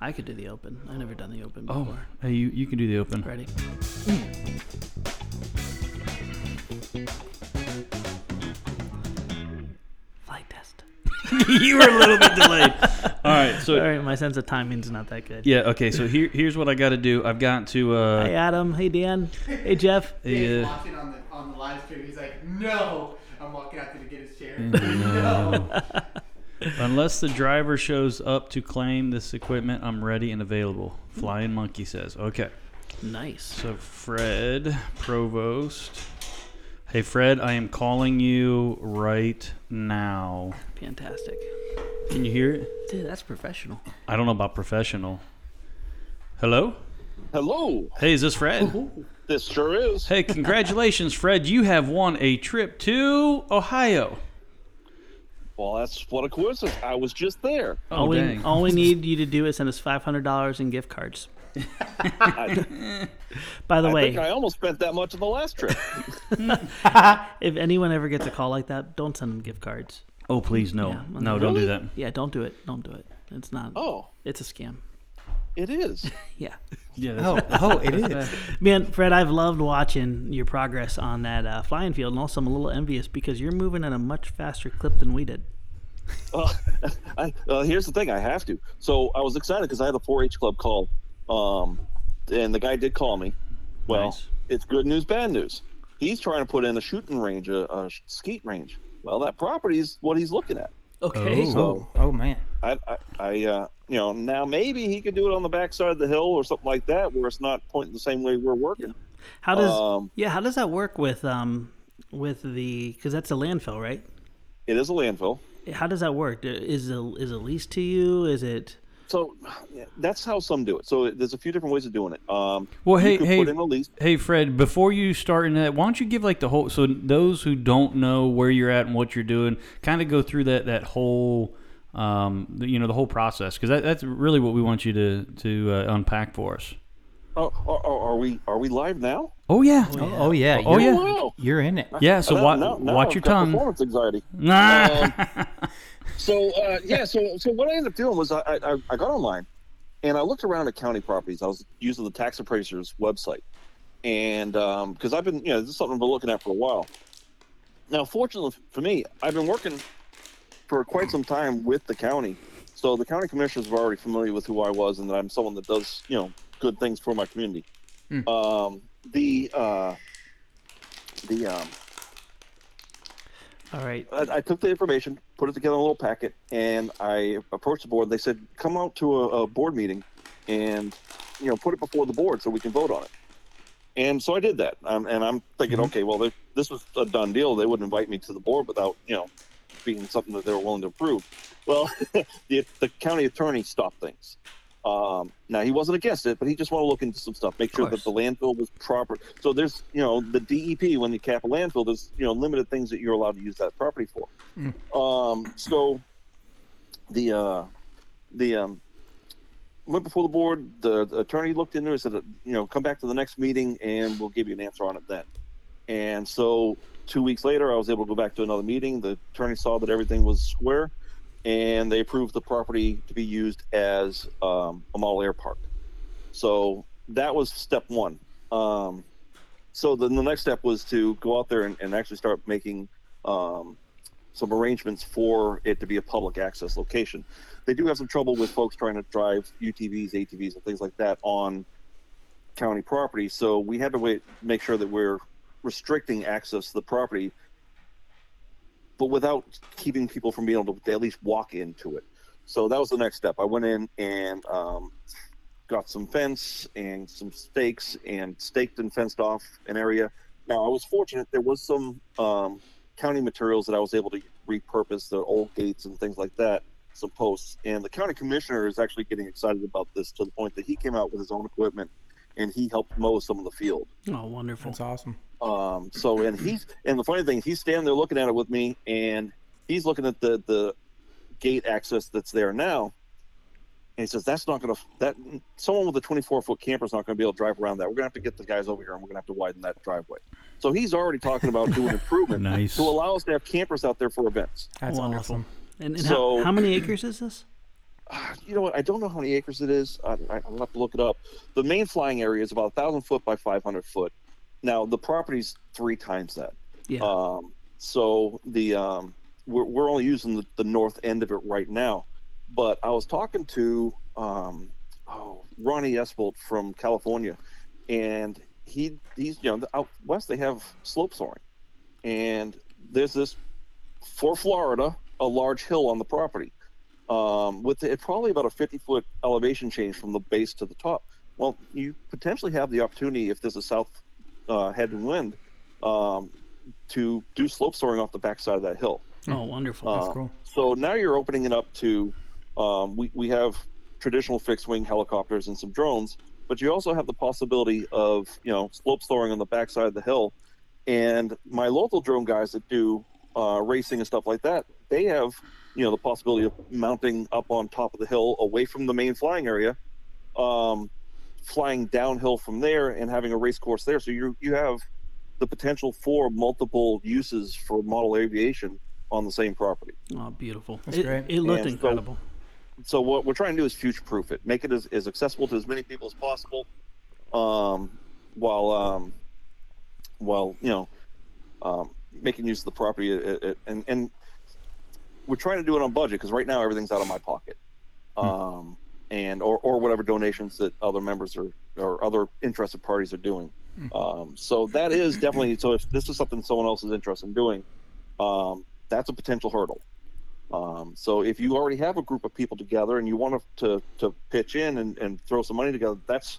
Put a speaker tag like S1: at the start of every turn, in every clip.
S1: I could do the open. I've never done the open
S2: Oh,
S1: before.
S2: hey, you, you can do the open.
S1: Ready? Flight test.
S2: you were a little bit delayed. All right, so
S1: All right, my sense of timing's not that good.
S2: yeah, okay. So here, here's what I got to do. I've got to.
S1: Hey
S2: Uh,
S1: Adam. Hey Dan. Hey Jeff.
S2: the,
S3: Dave's
S2: uh,
S3: watching on the on the live stream. He's like, "No!" I'm walking out there to get his chair. no.
S2: unless the driver shows up to claim this equipment, I'm ready and available. Flying monkey says, okay.
S1: Nice.
S2: So Fred Provost. Hey Fred, I am calling you right now.
S1: Fantastic.
S2: Can you hear it?
S1: Dude, that's professional.
S2: I don't know about professional. Hello?
S4: Hello,
S2: Hey, is this Fred?
S4: this sure is.
S2: Hey, congratulations, Fred. You have won a trip to Ohio.
S4: Well, that's what a coincidence. I was just there.
S2: Oh,
S1: all, we,
S2: dang.
S1: all we need you to do is send us five hundred dollars in gift cards. By the
S4: I
S1: way,
S4: think I almost spent that much on the last trip.
S1: if anyone ever gets a call like that, don't send them gift cards.
S2: Oh, please, no.
S1: Yeah, well,
S2: no,
S1: no.
S2: don't do that.
S1: Yeah, don't do it. Don't do it. It's not.
S4: oh,
S1: It's a scam.
S4: it is.
S1: Yeah.
S2: Yeah,
S5: Oh, oh, it is.
S1: Man, Fred, I've loved watching your progress on that uh, flying field, and also I'm a little envious because you're moving at a much faster clip than we did.
S4: Well, I, uh, here's the thing. I have to. So I was excited because I had a 4-H club call, um, and the guy did call me. Well,
S2: Nice.
S4: it's good news, bad news. He's trying to put in a shooting range, a, a skeet range. Well, that property is what he's looking at.
S1: Okay.
S5: Oh, oh man.
S4: I, I, I uh, you know, now maybe he could do it on the backside of the hill or something like that, where it's not pointing the same way we're working.
S1: How does
S4: Um,
S1: yeah? How does that work with um with the because that's a landfill, right?
S4: It is a landfill.
S1: How does that work? Is a is a lease to you? Is it
S4: So that's how some do it. So there's a few different ways of doing it. Um,
S2: Well,
S4: you
S2: hey,
S4: could
S2: hey,
S4: put in a lease.
S2: hey, Fred. Before you start into that, why don't you give like the whole? So those who don't know where you're at and what you're doing, kind of go through that that whole, um, you know, the whole process because that, that's really what we want you to to uh, unpack for us.
S4: Oh, are, are, are we are we live now?
S2: Oh yeah,
S5: Oh, oh, yeah.
S2: Oh,
S5: you're-
S2: yeah.
S4: Oh.
S5: You're in it.
S2: yeah. So
S4: Now-
S2: wa-
S4: now- now
S2: watch
S4: I've
S2: your
S4: got
S2: tongue.
S4: Performance anxiety.
S2: Nah.
S4: So uh, yeah, so so what I ended up doing was I, I I- I got online, and I looked around at county properties. I was using the tax appraiser's website, and because I've been you know this is something I've been looking at for a while. Now, fortunately for me, I've been working for quite some time with the county, so the county commissioners were already familiar with who I was and that I'm someone that does you know good things for my community. Um, the uh, the um,
S1: all right?
S4: I, I took the information, put it together in a little packet, and I approached the board. They said, "Come out to a, a board meeting, and you know, put it before the board so we can vote on it." And so I did that. Um, and I'm thinking, okay, well, there- this was a done deal. They wouldn't invite me to the board without you know being something that they were willing to approve. Well, the, the county attorney stopped things. Um, now he wasn't against it, but he just wanted to look into some stuff, make sure that the landfill was proper. So there's, you know, the DEP when you cap a landfill, there's, you know, limited things that you're allowed to use that property for. Um, so the uh, the um, went before the board. The, the attorney looked into it, and said, you know, come back to the next meeting and we'll give you an answer on it then. And so two weeks later, I was able to go back to another meeting. The attorney saw that everything was square, and they approved the property to be used as um, a model air park. So that was step one. Um, so then the next step was to go out there and, and actually start making um, some arrangements for it to be a public access location. They do have some trouble with folks trying to drive UTVs, ATVs, and things like that on county property. So we had to wait, make sure that we're restricting access to the property, but without keeping people from being able to at least walk into it. So that was the next step. I went in and um, got some fence and some stakes and staked and fenced off an area. Now I was fortunate; there was some um, county materials that I was able to repurpose, the old gates and things like that, some posts. And the county commissioner is actually getting excited about this to the point that he came out with his own equipment and he helped mow some of the field.
S1: Oh, wonderful.
S5: That's awesome.
S4: Um, so and he's and the funny thing, he's standing there looking at it with me, and he's looking at the the gate access that's there now. And he says, "That's not going to that someone with a 24 foot camper is not going to be able to drive around that. We're going to have to get the guys over here, and we're going to have to widen that driveway." So he's already talking about doing improvement
S2: Nice.
S4: to allow us to have campers out there for events.
S5: That's
S1: Wonderful.
S5: awesome.
S1: And, and
S4: So-
S1: how, how many acres is this?
S4: ah, you know what? I don't know how many acres it is. I, I, I'll have to look it up. The main flying area is about a thousand foot by five hundred foot. Now the property's three times that.
S1: Yeah.
S4: Um, so the um, we're, we're only using the, the north end of it right now. But I was talking to um, oh, Ronnie Esbolt from California, and he he's you know out west they have slope soaring, and there's this for Florida a large hill on the property, um, with it probably about a 50 foot elevation change from the base to the top. Well, you potentially have the opportunity if there's a south uh, head wind um, to do slope soaring off the backside of that hill.
S1: oh, wonderful.
S4: Uh,
S5: cool.
S4: So now you're opening it up to um, we, we have traditional fixed wing helicopters and some drones, but you also have the possibility of you know slope soaring on the backside of the hill. And my local drone guys that do uh, racing and stuff like that, they have you know the possibility of mounting up on top of the hill away from the main flying area, um, flying downhill from there and having a race course there. So you you have the potential for multiple uses for model aviation on the same property.
S1: oh, beautiful.
S5: That's
S1: it,
S5: great.
S1: it looked
S4: And so-
S1: incredible.
S4: so what we're trying to do is future proof it make it as, as accessible to as many people as possible um, while um, while you know um, making use of the property it, it, it- and and we're trying to do it on budget because right now everything's out of my pocket
S1: Hmm.
S4: um, and or, or whatever donations that other members are or other interested parties are doing
S1: Hmm.
S4: um, so that is definitely so if this is something someone else is interested in doing um, that's a potential hurdle um, so if you already have a group of people together and you want to to, to pitch in and, and throw some money together, that's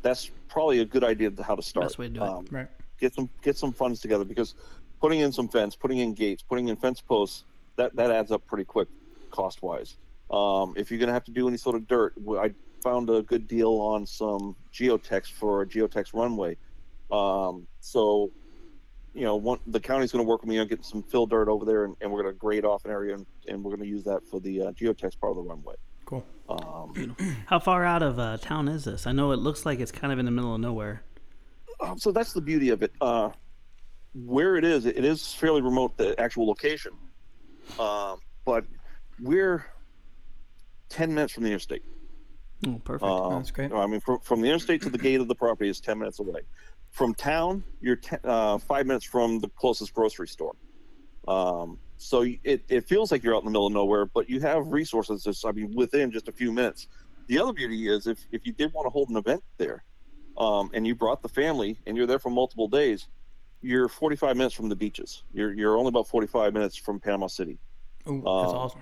S4: that's probably a good idea to how to start.
S1: Best way to do it.
S4: Um,
S5: Right.
S4: Get some get some funds together because putting in some fence, putting in gates, putting in fence posts, that that adds up pretty quick, cost wise. Um, if you're gonna have to do any sort of dirt, w- I found a good deal on some geotex for a geotex runway. Um, so you know, one, the county's going to work with me on getting some fill dirt over there, and, and we're going to grade off an area, and, and we're going to use that for the uh, geotext part of the runway.
S5: Cool.
S4: Um,
S1: How far out of uh, town is this? I know it looks like it's kind of in the middle of nowhere.
S4: um, so that's the beauty of it. Uh, where it is, it is fairly remote, the actual location, um, but we're 10 minutes from the interstate.
S1: Oh, perfect.
S4: Um,
S5: That's great.
S4: I mean, from, from the interstate to the gate of the property is 10 minutes away. From town, you're te- uh, five minutes from the closest grocery store. Um, so y- it, it feels like you're out in the middle of nowhere, but you have resources. That's, I mean, within just a few minutes. The other beauty is if, if you did want to hold an event there um, and you brought the family and you're there for multiple days, you're 45 minutes from the beaches. You're, you're only about 45 minutes from Panama City
S5: Ooh, that's
S4: uh,
S5: awesome.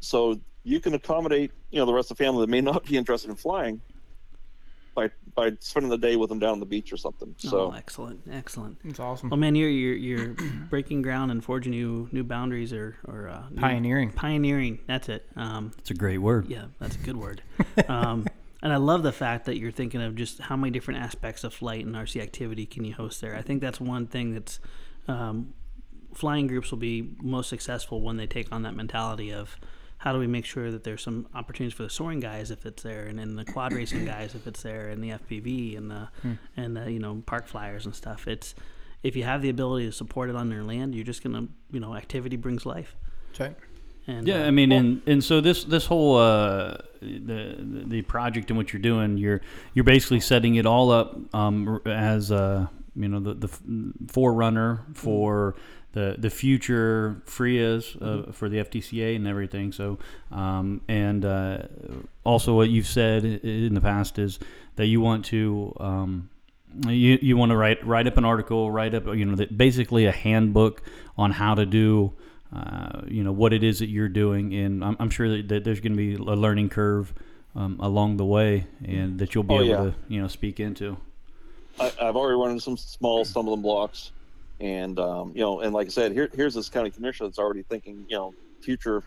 S4: so you can accommodate you know the rest of the family that may not be interested in flying by by spending the day with them down on the beach or something so
S1: oh, excellent, excellent.
S5: That's awesome.
S1: Well, man, you're you're, you're breaking ground and forging new new boundaries or or uh, new-
S5: Pioneering.
S1: Pioneering. That's it. Um,
S2: That's a great word.
S1: yeah, that's a good word. Um, and I love the fact that you're thinking of just how many different aspects of flight and RC activity can you host there. I think that's one thing that's um, flying groups will be most successful when they take on that mentality of how do we make sure that there's some opportunities for the soaring guys if it's there, and then the quad racing guys if it's there, and the FPV and the and the you know park flyers and stuff. It's if you have the ability to support it on your land, you're just gonna you know activity brings life.
S5: Check.
S1: And uh,
S2: Yeah, I mean, and, and so this this whole uh, the the project and what you're doing, you're you're basically setting it all up um, as uh, you know the the f- forerunner for the the future FRIAs uh, for the FTCA and everything. So um, and uh, also what you've said i- in the past is that you want to. Um, you, you want to write write up an article, write up you know that basically a handbook on how to do uh, you know what it is that you're doing, and I'm, I'm sure that, that there's going to be a learning curve um, along the way, and that you'll be
S4: Oh,
S2: able
S4: yeah.
S2: to you know speak into.
S4: I, I've already run into some small stumbling blocks, and um, you know, and like I said, here, here's this county commissioner that's already thinking, you know, future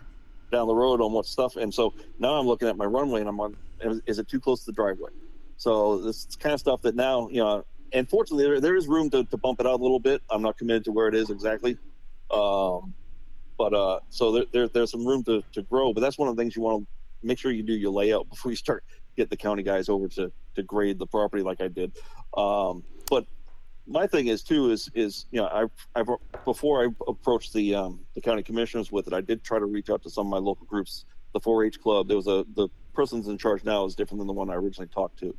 S4: down the road on what stuff. And so now I'm looking at my runway, and I'm on, is, is it too close to the driveway? So this is kind of stuff that now, you know, and fortunately there, there is room to, to bump it out a little bit. I'm not committed to where it is exactly, um, but uh, so there, there, there's some room to, to grow. But that's one of the things you want to make sure you do your layout before you start get the county guys over to to grade the property like I did. Um, but my thing is too is is you know I I've before I approached the um, the county commissioners with it, I did try to reach out to some of my local groups, the the 4-H club. There was a the person's in charge now is different than the one I originally talked to.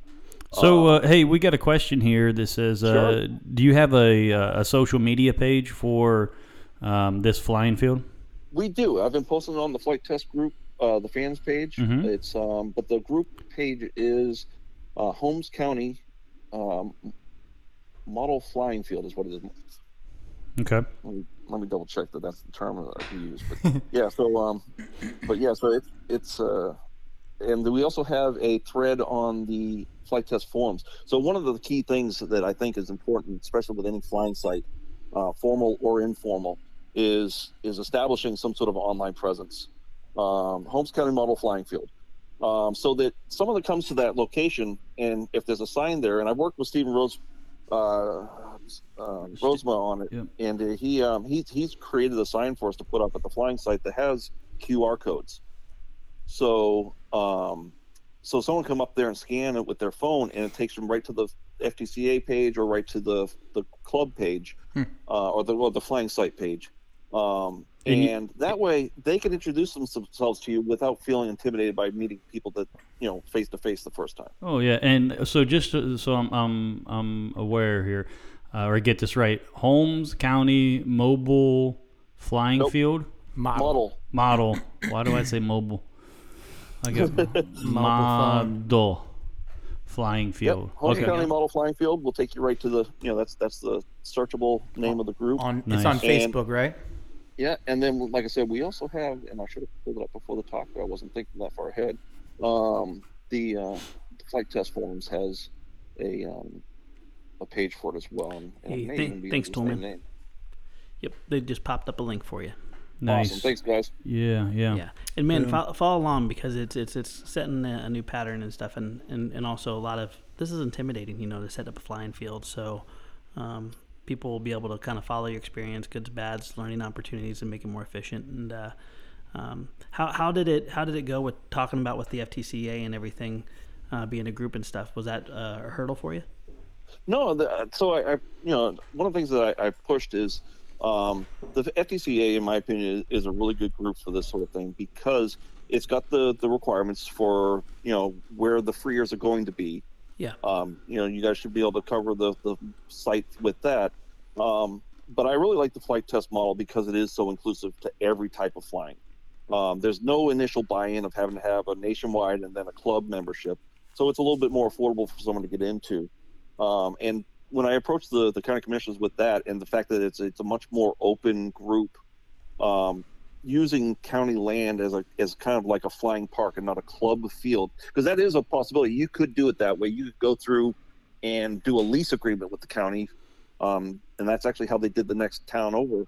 S2: So uh, hey, we got a question here that says, uh,
S4: Oh. Sure.
S2: do you have a uh, a social media page for um, this flying field?
S4: We do. I've been posting it on the flight test group, uh, the fans page.
S2: Mhm.
S4: It's um, but the group page is uh, Holmes County um, Model Flying Field is what it is.
S2: Okay.
S4: let me, let me double check that that's the term that I use. But yeah, so um, but yeah, so it's it's uh, and we also have a thread on the flight test forums. So one of the key things that I think is important, especially with any flying site, uh, formal or informal, is is establishing some sort of online presence. Um, Holmes County Model Flying Field. Um, so that someone that comes to that location, and if there's a sign there, and I've worked with Stephen Rose, uh, uh, Rosema on it,
S2: Yep.
S4: and uh, he um, he's he's created a sign for us to put up at the flying site that has QR codes. So um, so someone come up there and scan it with their phone, and it takes them right to the FTCA page or right to the the club page, uh, or the well, the flying site page. Um,
S2: And
S4: and
S2: you-
S4: that way, they can introduce them- themselves to you without feeling intimidated by meeting people that you know face to face the first time.
S2: Oh yeah, and so just to, so I'm I'm I'm aware here, uh, or get this right, Holmes County Mobile Flying
S4: Nope.
S2: Field
S5: Model.
S4: Model,
S2: model. Why do I say mobile? I guess
S5: phone.
S2: model flying
S4: yep.
S2: field.
S4: Holmes
S2: okay.
S4: County Model Flying Field will take you right to the you know that's that's the searchable name of the group.
S5: On
S2: Nice.
S5: it's on
S2: And-
S5: Facebook, right?
S4: Yeah, and then like I said, we also have, and I should have pulled it up before the talk, but I wasn't thinking that far ahead. Um, the uh, flight test forums has a um, a page for it as well. And it
S1: Hey,
S4: may
S1: thank-
S4: even be
S1: thanks,
S4: the same
S1: Tolman.
S4: name.
S1: Yep, they just popped up a link for you.
S2: Nice.
S4: Awesome, thanks guys.
S2: Yeah, yeah.
S1: Yeah, and man, fo- follow along because it's it's it's setting a, a new pattern and stuff, and, and and also a lot of this is intimidating, you know, to set up a flying field. So, um, people will be able to kind of follow your experience, goods, bads, learning opportunities, and make it more efficient. And uh, um, how how did it how did it go with talking about with the FTCA and everything? Uh, being a group and stuff was that uh, a hurdle for you?
S4: No, the, uh, so I, I, you know, one of the things that I, I pushed is um, the FTCA, in my opinion, is, is a really good group for this sort of thing because it's got the the requirements for you know where the freers are going to be.
S1: Yeah.
S4: Um, you know, you guys should be able to cover the the site with that. Um, but I really like the flight test model because it is so inclusive to every type of flying. Um, there's no initial buy-in of having to have a nationwide and then a club membership, so it's a little bit more affordable for someone to get into. Um, and when I approached the the county commissioners with that, and the fact that it's it's a much more open group, um, using county land as a as kind of like a flying park and not a club field, because that is a possibility. You could do it that way. You could go through and do a lease agreement with the county, um, and that's actually how they did the next town over,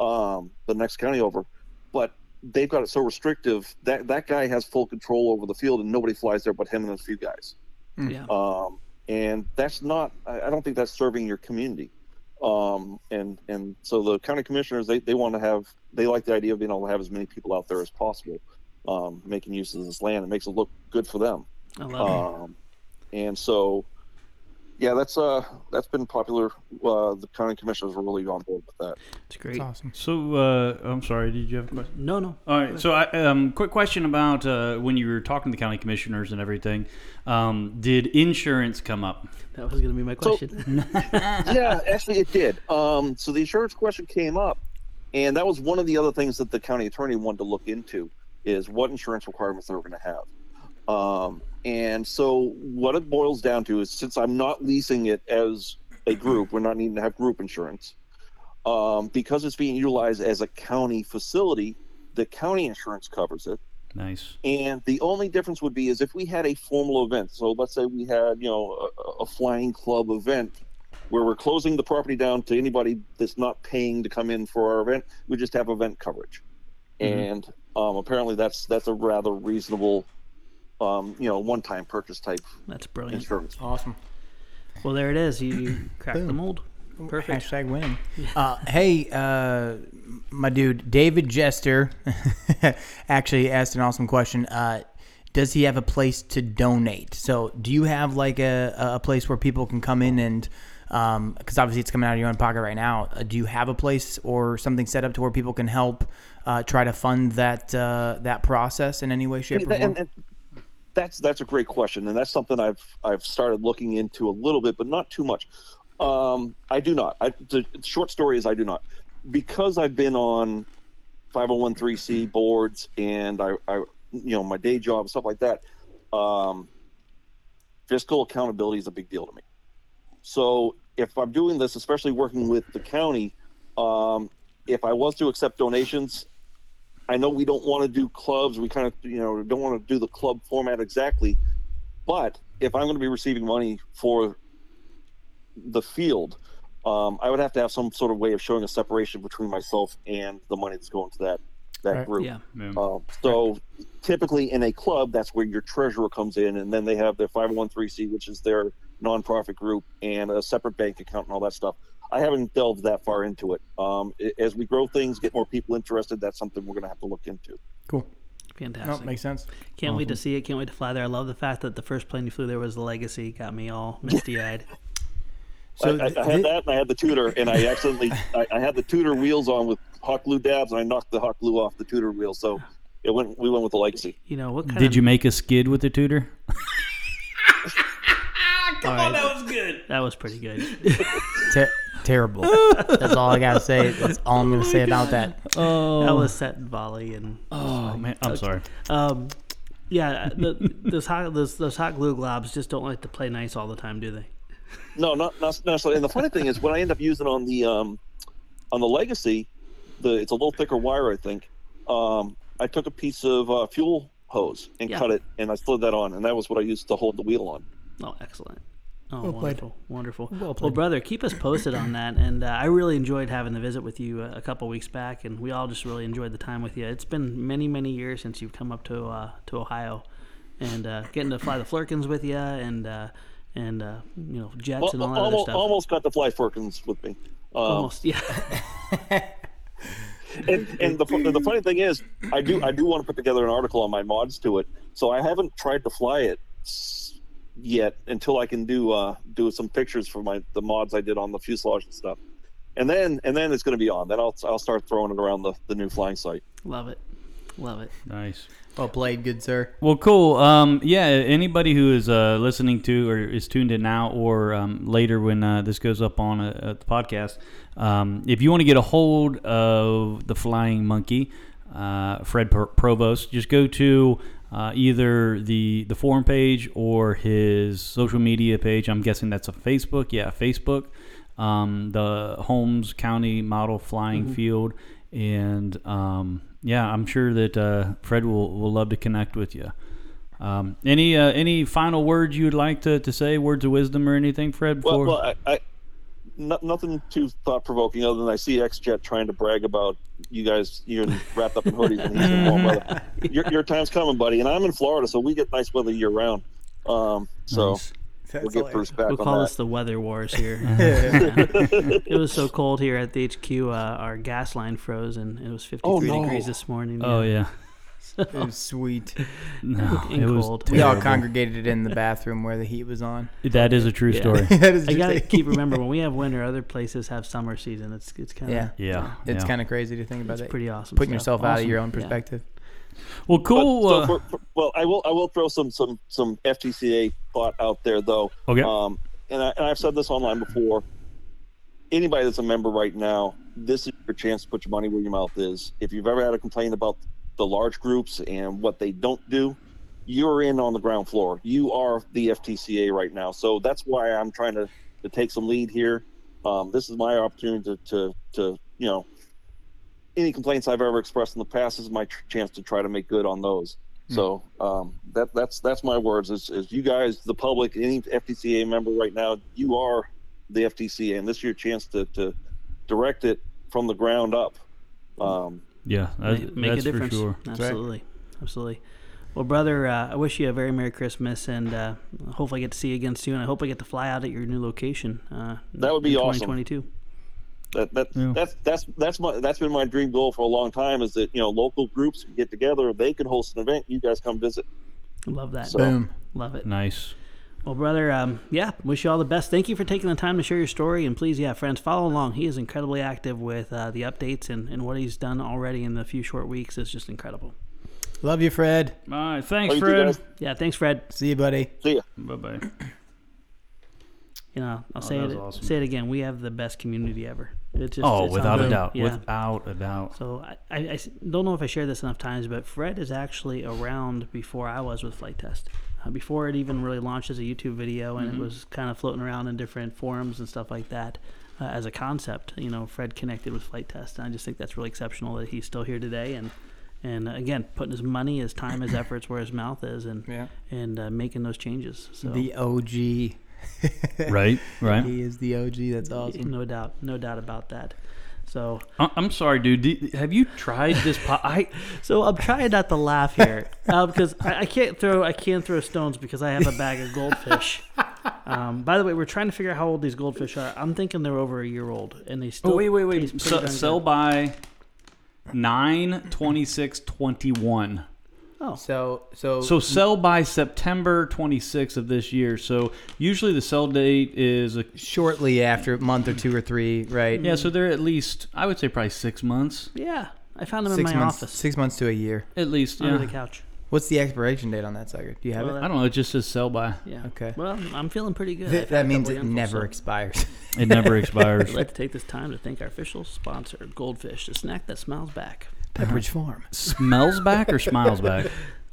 S4: um, the next county over, but. They've got it so restrictive that that guy has full control over the field, and nobody flies there but him and a few guys
S1: Yeah,
S4: um, and that's not I, I don't think that's serving your community um, and and so the county commissioners they, they want to have they like the idea of being able to have as many people out there as possible um, making use of this land it makes it look good for them
S1: I love it.
S4: um, and so yeah that's uh that's been popular uh, the county commissioners were really on board with that
S1: It's great.
S5: It's awesome.
S2: So uh, I'm sorry. Did you have a question?
S1: No, no,
S2: All right. So, I, um, quick question about uh, when you were talking to the county commissioners and everything. Um, did insurance come up?
S1: that was gonna be my
S4: So-
S1: question.
S4: yeah, actually, it did. Um, so the insurance question came up, and that was one of the other things that the county attorney wanted to look into is what insurance requirements they're going to have. Um, and so what it boils down to is since I'm not leasing it as a group, we're not needing to have group insurance um, because it's being utilized as a county facility. The county insurance covers it.
S2: Nice.
S4: And the only difference would be is if we had a formal event. So let's say we had, you know, a, a flying club event where we're closing the property down to anybody that's not paying to come in for our event. We just have event coverage, and um, apparently that's that's a rather reasonable, um, you know, one-time purchase type
S1: That's brilliant.
S4: insurance.
S5: Awesome.
S1: Well, there it is. You, you cracked the
S5: Boom.
S1: mold. Perfect.
S5: Hashtag win. Uh, hey, uh, my dude, David Jester actually asked an awesome question. Uh, does he have a place to donate? So, do you have like a, a place where people can come in and because obviously it's coming out of your own pocket right now. Uh, do you have a place or something set up to where people can help uh, try to fund that uh, that process in any way, shape, or form?
S4: and, and that's that's a great question, and that's something I've I've started looking into a little bit, but not too much. Um, I do not. I, the short story is I do not because I've been on 501c boards and I, I you know my day job and stuff like that. Um, fiscal accountability is a big deal to me. So if I'm doing this, especially working with the county, um, if I was to accept donations, I know we don't want to do clubs. We kind of, you know, don't want to do the club format exactly. But if I'm going to be receiving money for the field, um, I would have to have some sort of way of showing a separation between myself and the money that's going to that that
S5: Right.
S4: group.
S1: Yeah.
S2: Yeah.
S4: Um, so typically in a club, that's where your treasurer comes in, and then they have their 501c, which is their nonprofit group, and a separate bank account and all that stuff. I haven't delved that far into it. Um, a- as we grow things, get more people interested, that's something we're going to have to look into.
S5: cool. No,
S1: Fantastic.
S5: makes sense.
S1: Can't wait to see it. Can't wait to fly there. I love the fact that the first plane you flew there was the Legacy. Got me all misty eyed.
S5: So
S4: I, I, I
S5: th-
S4: had that, and I had the Tudor, and I accidentally I, I had the Tudor wheels on with hot glue dabs, and I knocked the hot glue off the Tudor wheel, so it went. We went with the Legacy.
S1: You know what kind
S2: Did
S1: of,
S2: you make a skid with the tutor?
S1: That was pretty good.
S5: Ter- terrible. That's all I gotta say. That's all I'm gonna say about that.
S2: Oh,
S1: That was set in volley and
S2: oh man, I'm sorry.
S1: um, yeah. The, those hot those those hot glue globs just don't like to play nice all the time, do they?
S4: No, not not necessarily. And the funny thing is, when I end up using on the um, on the Legacy, the it's a little thicker wire, I think. Um, I took a piece of uh, fuel hose and
S1: Yeah.
S4: cut it, and I slid that on, and that was what I used to hold the wheel on.
S1: Oh, excellent. Oh,
S5: played.
S1: wonderful, wonderful. Well,
S5: played.
S1: brother, keep us posted on that. And uh, I really enjoyed having the visit with you uh, a couple weeks back, and we all just really enjoyed the time with you. It's been many, many years since you've come up to uh, to Ohio, and uh, getting to fly the Flurkins with you, and uh, and uh, you know jets
S4: Al-
S1: and all that
S4: almost,
S1: other stuff.
S4: almost got the fly Firkins with me. Um,
S1: Almost, yeah.
S4: and, and the, fu- the funny thing is, I do I do want to put together an article on my mods to it. So I haven't tried to fly it s- yet until I can do uh, do some pictures for my the mods I did on the fuselage and stuff. And then and then it's going to be on. Then I'll I'll start throwing it around the, the new flying site.
S1: Love it. Love it.
S2: Nice.
S5: Well played, good sir.
S2: Well, cool. Um, yeah, anybody who is uh, listening to or is tuned in now or um, later when uh, this goes up on uh, uh, the podcast, um, if you want to get a hold of the Flying Monkey, uh, Fred Pro- Provost, just go to uh, either the the forum page or his social media page. I'm guessing that's a Facebook. Yeah, Facebook. Um, the Holmes County Model Flying
S1: Mm-hmm.
S2: Field, and um, yeah, I'm sure that uh, Fred will, will love to connect with you. Um, any uh, any final words you'd like to, to say? Words of wisdom or anything, Fred?
S4: Well,
S2: Before
S4: well I, I no, nothing too thought provoking other than I see XJet trying to brag about you guys you're wrapped up in hoodies and he's in warm weather. Your, your time's coming, buddy. And I'm in Florida, so we get nice weather year round. Um, so. We'll get Bruce back
S1: We'll
S4: on
S1: call
S4: that.
S1: this the weather wars here. Yeah. It was so cold here at the HQ. Uh, our gas line froze, and it was 53
S4: Oh, no.
S1: degrees this morning.
S2: oh yeah,
S5: Sweet.
S2: no,
S1: And
S2: it was
S1: cold.
S5: We all
S2: terrible.
S5: congregated in the bathroom where the heat was on.
S2: that is a true story.
S5: that is
S1: I gotta
S5: just-
S1: keep remember when we have winter, other places have summer season. It's it's kind of
S5: Yeah.
S2: Yeah,
S5: It's
S2: yeah.
S5: kind of crazy to think about that.
S1: pretty awesome.
S5: Putting
S1: stuff.
S5: yourself out of your own
S1: Awesome. Yeah.
S5: perspective.
S2: well,
S4: But-
S2: cool.
S4: so
S2: uh,
S4: for- for- well, I will. I will throw some some some FTCA thought out there though.
S2: Okay.
S4: Um, and, I, and I've said this online before. Anybody that's a member right now, this is your chance to put your money where your mouth is. If you've ever had a complaint about the large groups and what they don't do, you're in on the ground floor. You are the FTCA right now. So that's why I'm trying to, to take some lead here. Um, this is my opportunity to, to, to, you know, any complaints I've ever expressed in the past this is my tr- chance to try to make good on those. So
S2: Hmm.
S4: um, that that's that's my words. Is, is you guys, the public, any FTCA member right now, you are the FTCA, and this is your chance to, to direct it from the ground up.
S2: Hmm.
S4: Um,
S2: yeah, that,
S1: Make, make
S2: that's
S1: a
S2: for
S1: difference.
S2: sure.
S5: right.
S1: Absolutely, absolutely. Well, brother, uh, I wish you a very merry Christmas, and uh, hopefully I get to see you again soon. I hope I get to fly out at your new location. Uh,
S4: That would be
S1: in
S4: awesome.
S1: 2022.
S4: that that
S2: Yeah.
S4: that's that's that's my that's been my dream goal for a long time. Is that you know local groups can get together, they can host an event, you guys come visit.
S1: Love that.
S4: So-
S5: Boom.
S1: Love it.
S2: Nice.
S1: Well, brother, um, yeah, wish you all the best. Thank you for taking the time to share your story. And please, yeah, friends, follow along. He is incredibly active with uh, the updates and, and what he's done already in the few short weeks is just incredible.
S5: Love you, Fred.
S2: All right, thanks,
S4: Thank you,
S2: Fred.
S4: guys.
S1: Yeah, thanks, Fred.
S5: See you, buddy.
S4: See ya.
S2: Bye bye.
S1: You know, I'll say
S2: Oh, that
S1: it
S2: was awesome.
S1: say it again. We have the best community ever. It's just,
S2: Oh,
S1: it's
S2: without a
S1: unreal.
S2: doubt.
S1: Yeah.
S2: Without a doubt.
S1: So I, I, I s- don't know if I shared this enough times, but Fred is actually around before I was with Flight Test. Uh, before it even really launched as a YouTube video, and
S2: Mm-hmm.
S1: it was kind of floating around in different forums and stuff like that uh, as a concept. You know, Fred connected with Flight Test, and I just think that's really exceptional that he's still here today. And and uh, again, putting his money, his time, his efforts where his mouth is, and
S5: Yeah.
S1: and uh, making those changes. So
S5: The OG.
S2: Right, right.
S5: He is the OG. That's awesome.
S1: no doubt, no doubt about that. So
S2: I- Uh, I'm sorry, dude. Do- Have you tried this? Po- I
S1: So I'm trying not to laugh here uh, because I, I can't throw I can't throw stones because I have a bag of goldfish. Um, by the way, we're trying to figure out how old these goldfish are. I'm thinking they're over a year old, and they still.
S2: Oh, wait, wait, wait.
S1: taste pretty
S2: Se-
S1: darn
S2: sell
S1: good.
S2: by 9 26 21.
S5: So, so,
S2: So sell by September 26th of this year. So usually the sell date is a.
S5: shortly after a month or two or three, right?
S2: Yeah,
S1: Mm.
S2: so they're at least, I would say probably six months.
S1: Yeah, I found them
S5: Six
S1: in my
S5: months.
S1: office
S5: Six months to a year.
S2: At least,
S1: under
S2: yeah.
S1: the couch.
S5: What's the expiration date on that sucker? Do you have
S1: Well,
S5: it?
S1: that-
S2: I don't know. It just says sell by.
S1: Yeah.
S5: Okay.
S1: Well, I'm feeling pretty good.
S5: That,
S1: I've had a
S5: that means
S1: couple
S5: it
S1: handfuls,
S5: never
S1: so
S5: expires.
S2: It never expires.
S1: I'd like to take this time to thank our official sponsor, Goldfish, the snack that smiles back.
S5: Pepperidge Farm.
S2: Smells back or smiles back?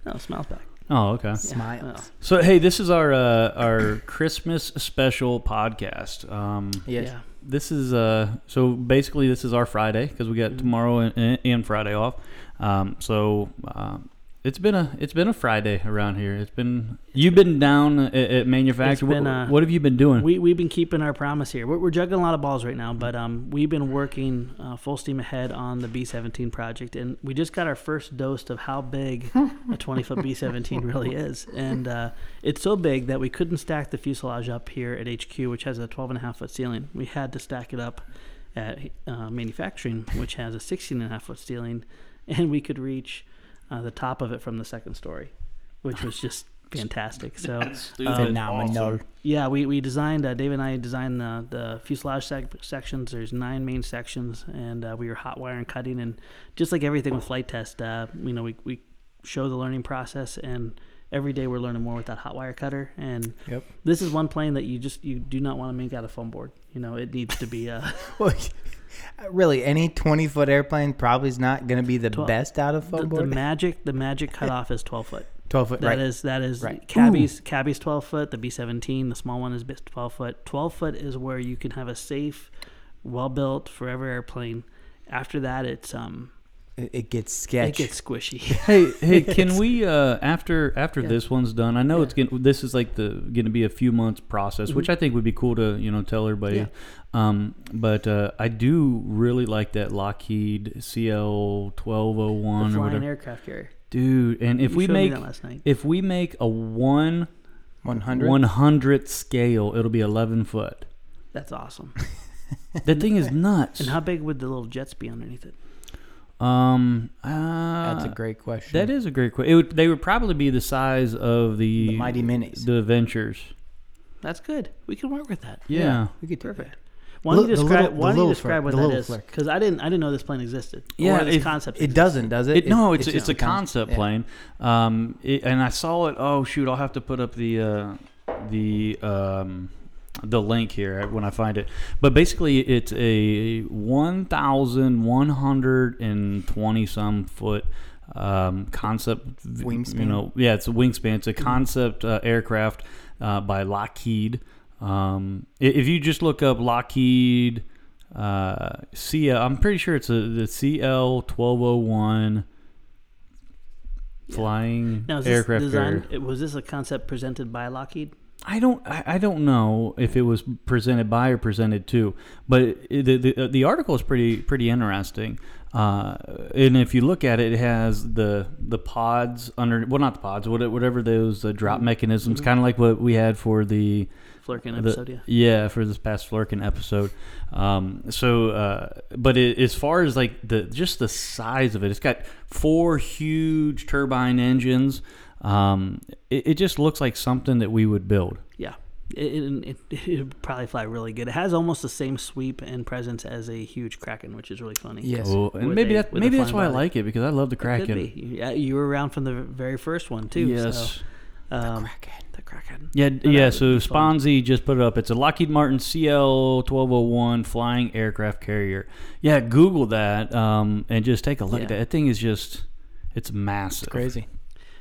S1: No, smiles back.
S2: Oh, okay.
S5: Smiles.
S2: So hey, this is our uh, our Christmas special podcast. Um,
S1: Yeah.
S5: Yes.
S1: yeah.
S2: this is uh so basically this is our Friday because we
S1: Mm-hmm.
S2: got tomorrow and, and Friday off. Um, so uh, it's been a it's been a Friday around here. It's been you've been down at, at manufacturer.
S1: It's been,
S2: what,
S1: uh,
S2: what have you been doing?
S1: We, we've been keeping our promise here. We're, we're juggling a lot of balls right now, but um, we've been working uh, full steam ahead on the B 17 project. And we just got our first dose of how big a 20 foot B 17 really is. And uh, it's so big that we couldn't stack the fuselage up here at HQ, which has a 12 and a half foot ceiling. We had to stack it up at uh, manufacturing, which has a 16 and a half foot ceiling. And we could reach uh, the top of it from the second story, which was just fantastic. So
S5: Phenomenal.
S1: yeah, we, we designed, uh, Dave and I designed the, the fuselage sec- sections. There's nine main sections, and uh, we were hot wiring cutting. And just like everything with flight test, uh, you know, we, we show the learning process, and every day we're learning more with that hot wire cutter. And
S5: Yep.
S1: this is one plane that you just you do not want to make out of foam board. You know, it needs to be uh,
S5: Well, really, any 20 foot airplane probably is not going to be the best out of
S1: the,
S5: foam
S1: the
S5: board.
S1: magic. The magic cutoff is 12 foot.
S5: 12 foot,
S1: That
S5: right?
S1: is that is
S5: Right.
S1: cabbies cabbies twelve foot. The B seventeen, the small one is bi- twelve foot. Twelve foot is where you can have a safe, well built forever airplane. After that, it's um
S5: It, it gets
S1: it
S5: sketchy.
S1: gets squishy.
S2: Hey, hey, can we uh, after after this one's done? I know it's going this is like the going to be a few months process, which I think would be cool to you know tell everybody.
S1: Mm-hmm. Yeah.
S2: Um, but uh, I do really like that Lockheed CL twelve oh one or
S1: Flying
S2: whatever,
S1: aircraft carrier.
S2: dude. And if
S1: You
S2: we
S1: showed me
S2: make
S1: that last night.
S2: if we make a one
S5: 100.
S2: one hundredth scale, it'll be eleven foot.
S1: That's awesome.
S2: That thing is nuts.
S1: And how big would the little jets be underneath it?
S2: Um, uh,
S5: That's a great question.
S2: That is a great question. It would, they would probably be the size of the,
S5: The Mighty Minis.
S2: the Ventures.
S1: That's good. We can work with that.
S2: Yeah.
S5: we could do
S1: Perfect.
S5: that.
S1: Why don't
S5: Look,
S1: you
S5: the
S1: describe? why
S5: little- the
S1: don't you
S5: little
S1: describe
S5: flick,
S1: what
S5: the
S1: that
S5: little
S1: is?
S5: flick.
S1: Because I didn't I didn't know this plane existed.
S2: Yeah,
S1: or this
S2: it-
S1: concept.
S5: It
S1: existed.
S5: doesn't, does it?
S2: It, no, it's it's,
S5: just
S2: a concept
S5: yeah.
S2: plane, um, it, and I saw it. Oh shoot, I'll have to put up the uh, the um, the link here when I find it. But basically, it's a one thousand one hundred and twenty some foot um, concept v- You
S5: Wingspan?
S2: know, yeah, it's a wingspan. It's a concept uh, aircraft uh, by Lockheed. Um, i- if you just look up Lockheed uh, CL, I'm pretty sure it's a, the CL 1201 flying
S1: Now, is this
S2: aircraft
S1: design,
S2: carrier.
S1: it- was this a concept presented by Lockheed?
S2: I don't I I don't know if it was presented by or presented to, but it, the, the the article is pretty pretty interesting. Uh, and if you look at it, it has the the pods under well not the pods what- whatever those uh,
S1: Mm-hmm.
S2: drop mechanisms, kind of like what we had for the
S1: Flurkin
S2: the-
S1: episode, yeah.
S2: for this past Flurkin episode. Um, so, uh, but it, as far as like the just the size of it, it's got four huge turbine engines. Um, it, it just looks like something that we would build.
S1: Yeah. It, it, it, it'd probably fly really good. It has almost the same sweep and presence as a huge Kraken, which is really funny.
S5: Yes.
S2: Oh, and
S1: With
S2: maybe
S1: a-
S2: that
S1: with a
S2: maybe that's
S1: flying
S2: why I
S1: body.
S2: like it because I love the Kraken.
S1: Could be. Yeah, you were around from the very first one too.
S2: Yes.
S1: So, um, the Kraken.
S2: Yeah,
S1: that
S2: yeah.
S1: would
S2: So
S1: be fun.
S2: Sponzi just put it up. It's a Lockheed Martin CL twelve hundred one flying aircraft carrier. Yeah, Google that um, and just take a look at
S1: Yeah.
S2: that. That thing is just it's massive.
S5: Crazy.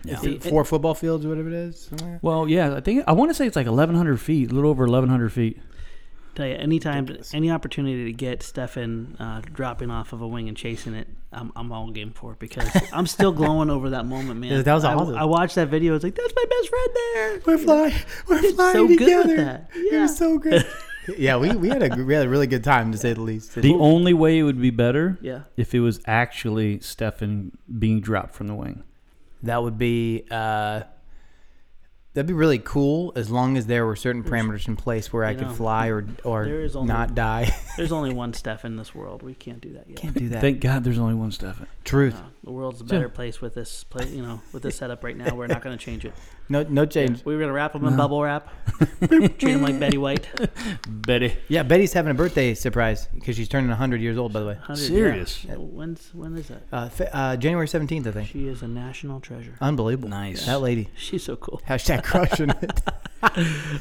S2: Yeah.
S1: It-
S5: Four football fields, whatever it is. something like that.
S2: Well, yeah, I think I want to say it's like eleven hundred feet, a little over eleven hundred feet.
S1: Tell you, anytime, any opportunity to get Stefan uh, dropping off of a wing and chasing it, I'm, I'm all game for it because I'm still glowing over that moment, man.
S5: Yeah, that was
S1: I,
S5: awesome.
S1: I watched that video. It's like that's my best friend there.
S5: We're flying. We're flying
S1: so good with
S5: together.
S1: that.
S5: It
S1: Yeah.
S5: was so good. yeah, we, we had a gr- we had a really good time to say the least.
S2: The only way it would be better,
S1: Yeah.
S2: if it was actually Stefan being dropped from the wing.
S5: that would be uh, that'd be really cool as long as there were certain parameters in place where I
S1: You
S5: could
S1: know,
S5: fly or or
S1: there is only-
S5: not die.
S1: There's only one Stefan in this world. We can't do that yet.
S5: Can't do that.
S2: Thank God, there's only one Stefan.
S5: Truth.
S1: Uh, the world's a better place with this, play, you know, with this setup right now. We're not going to change it.
S5: No no change.
S1: We were going to wrap them in bubble wrap, treat them like Betty White.
S2: Betty,
S5: Yeah, Betty's having a birthday surprise because she's turning 100 years old, by the way.
S1: 100,
S2: Serious?
S1: yeah. When's when is that?
S5: Uh, fe- uh, January 17th, I think.
S1: She is a national
S5: Uh,
S1: treasure.
S5: Unbelievable.
S2: Nice.
S5: That lady.
S1: She's so cool.
S5: Hashtag crushing it.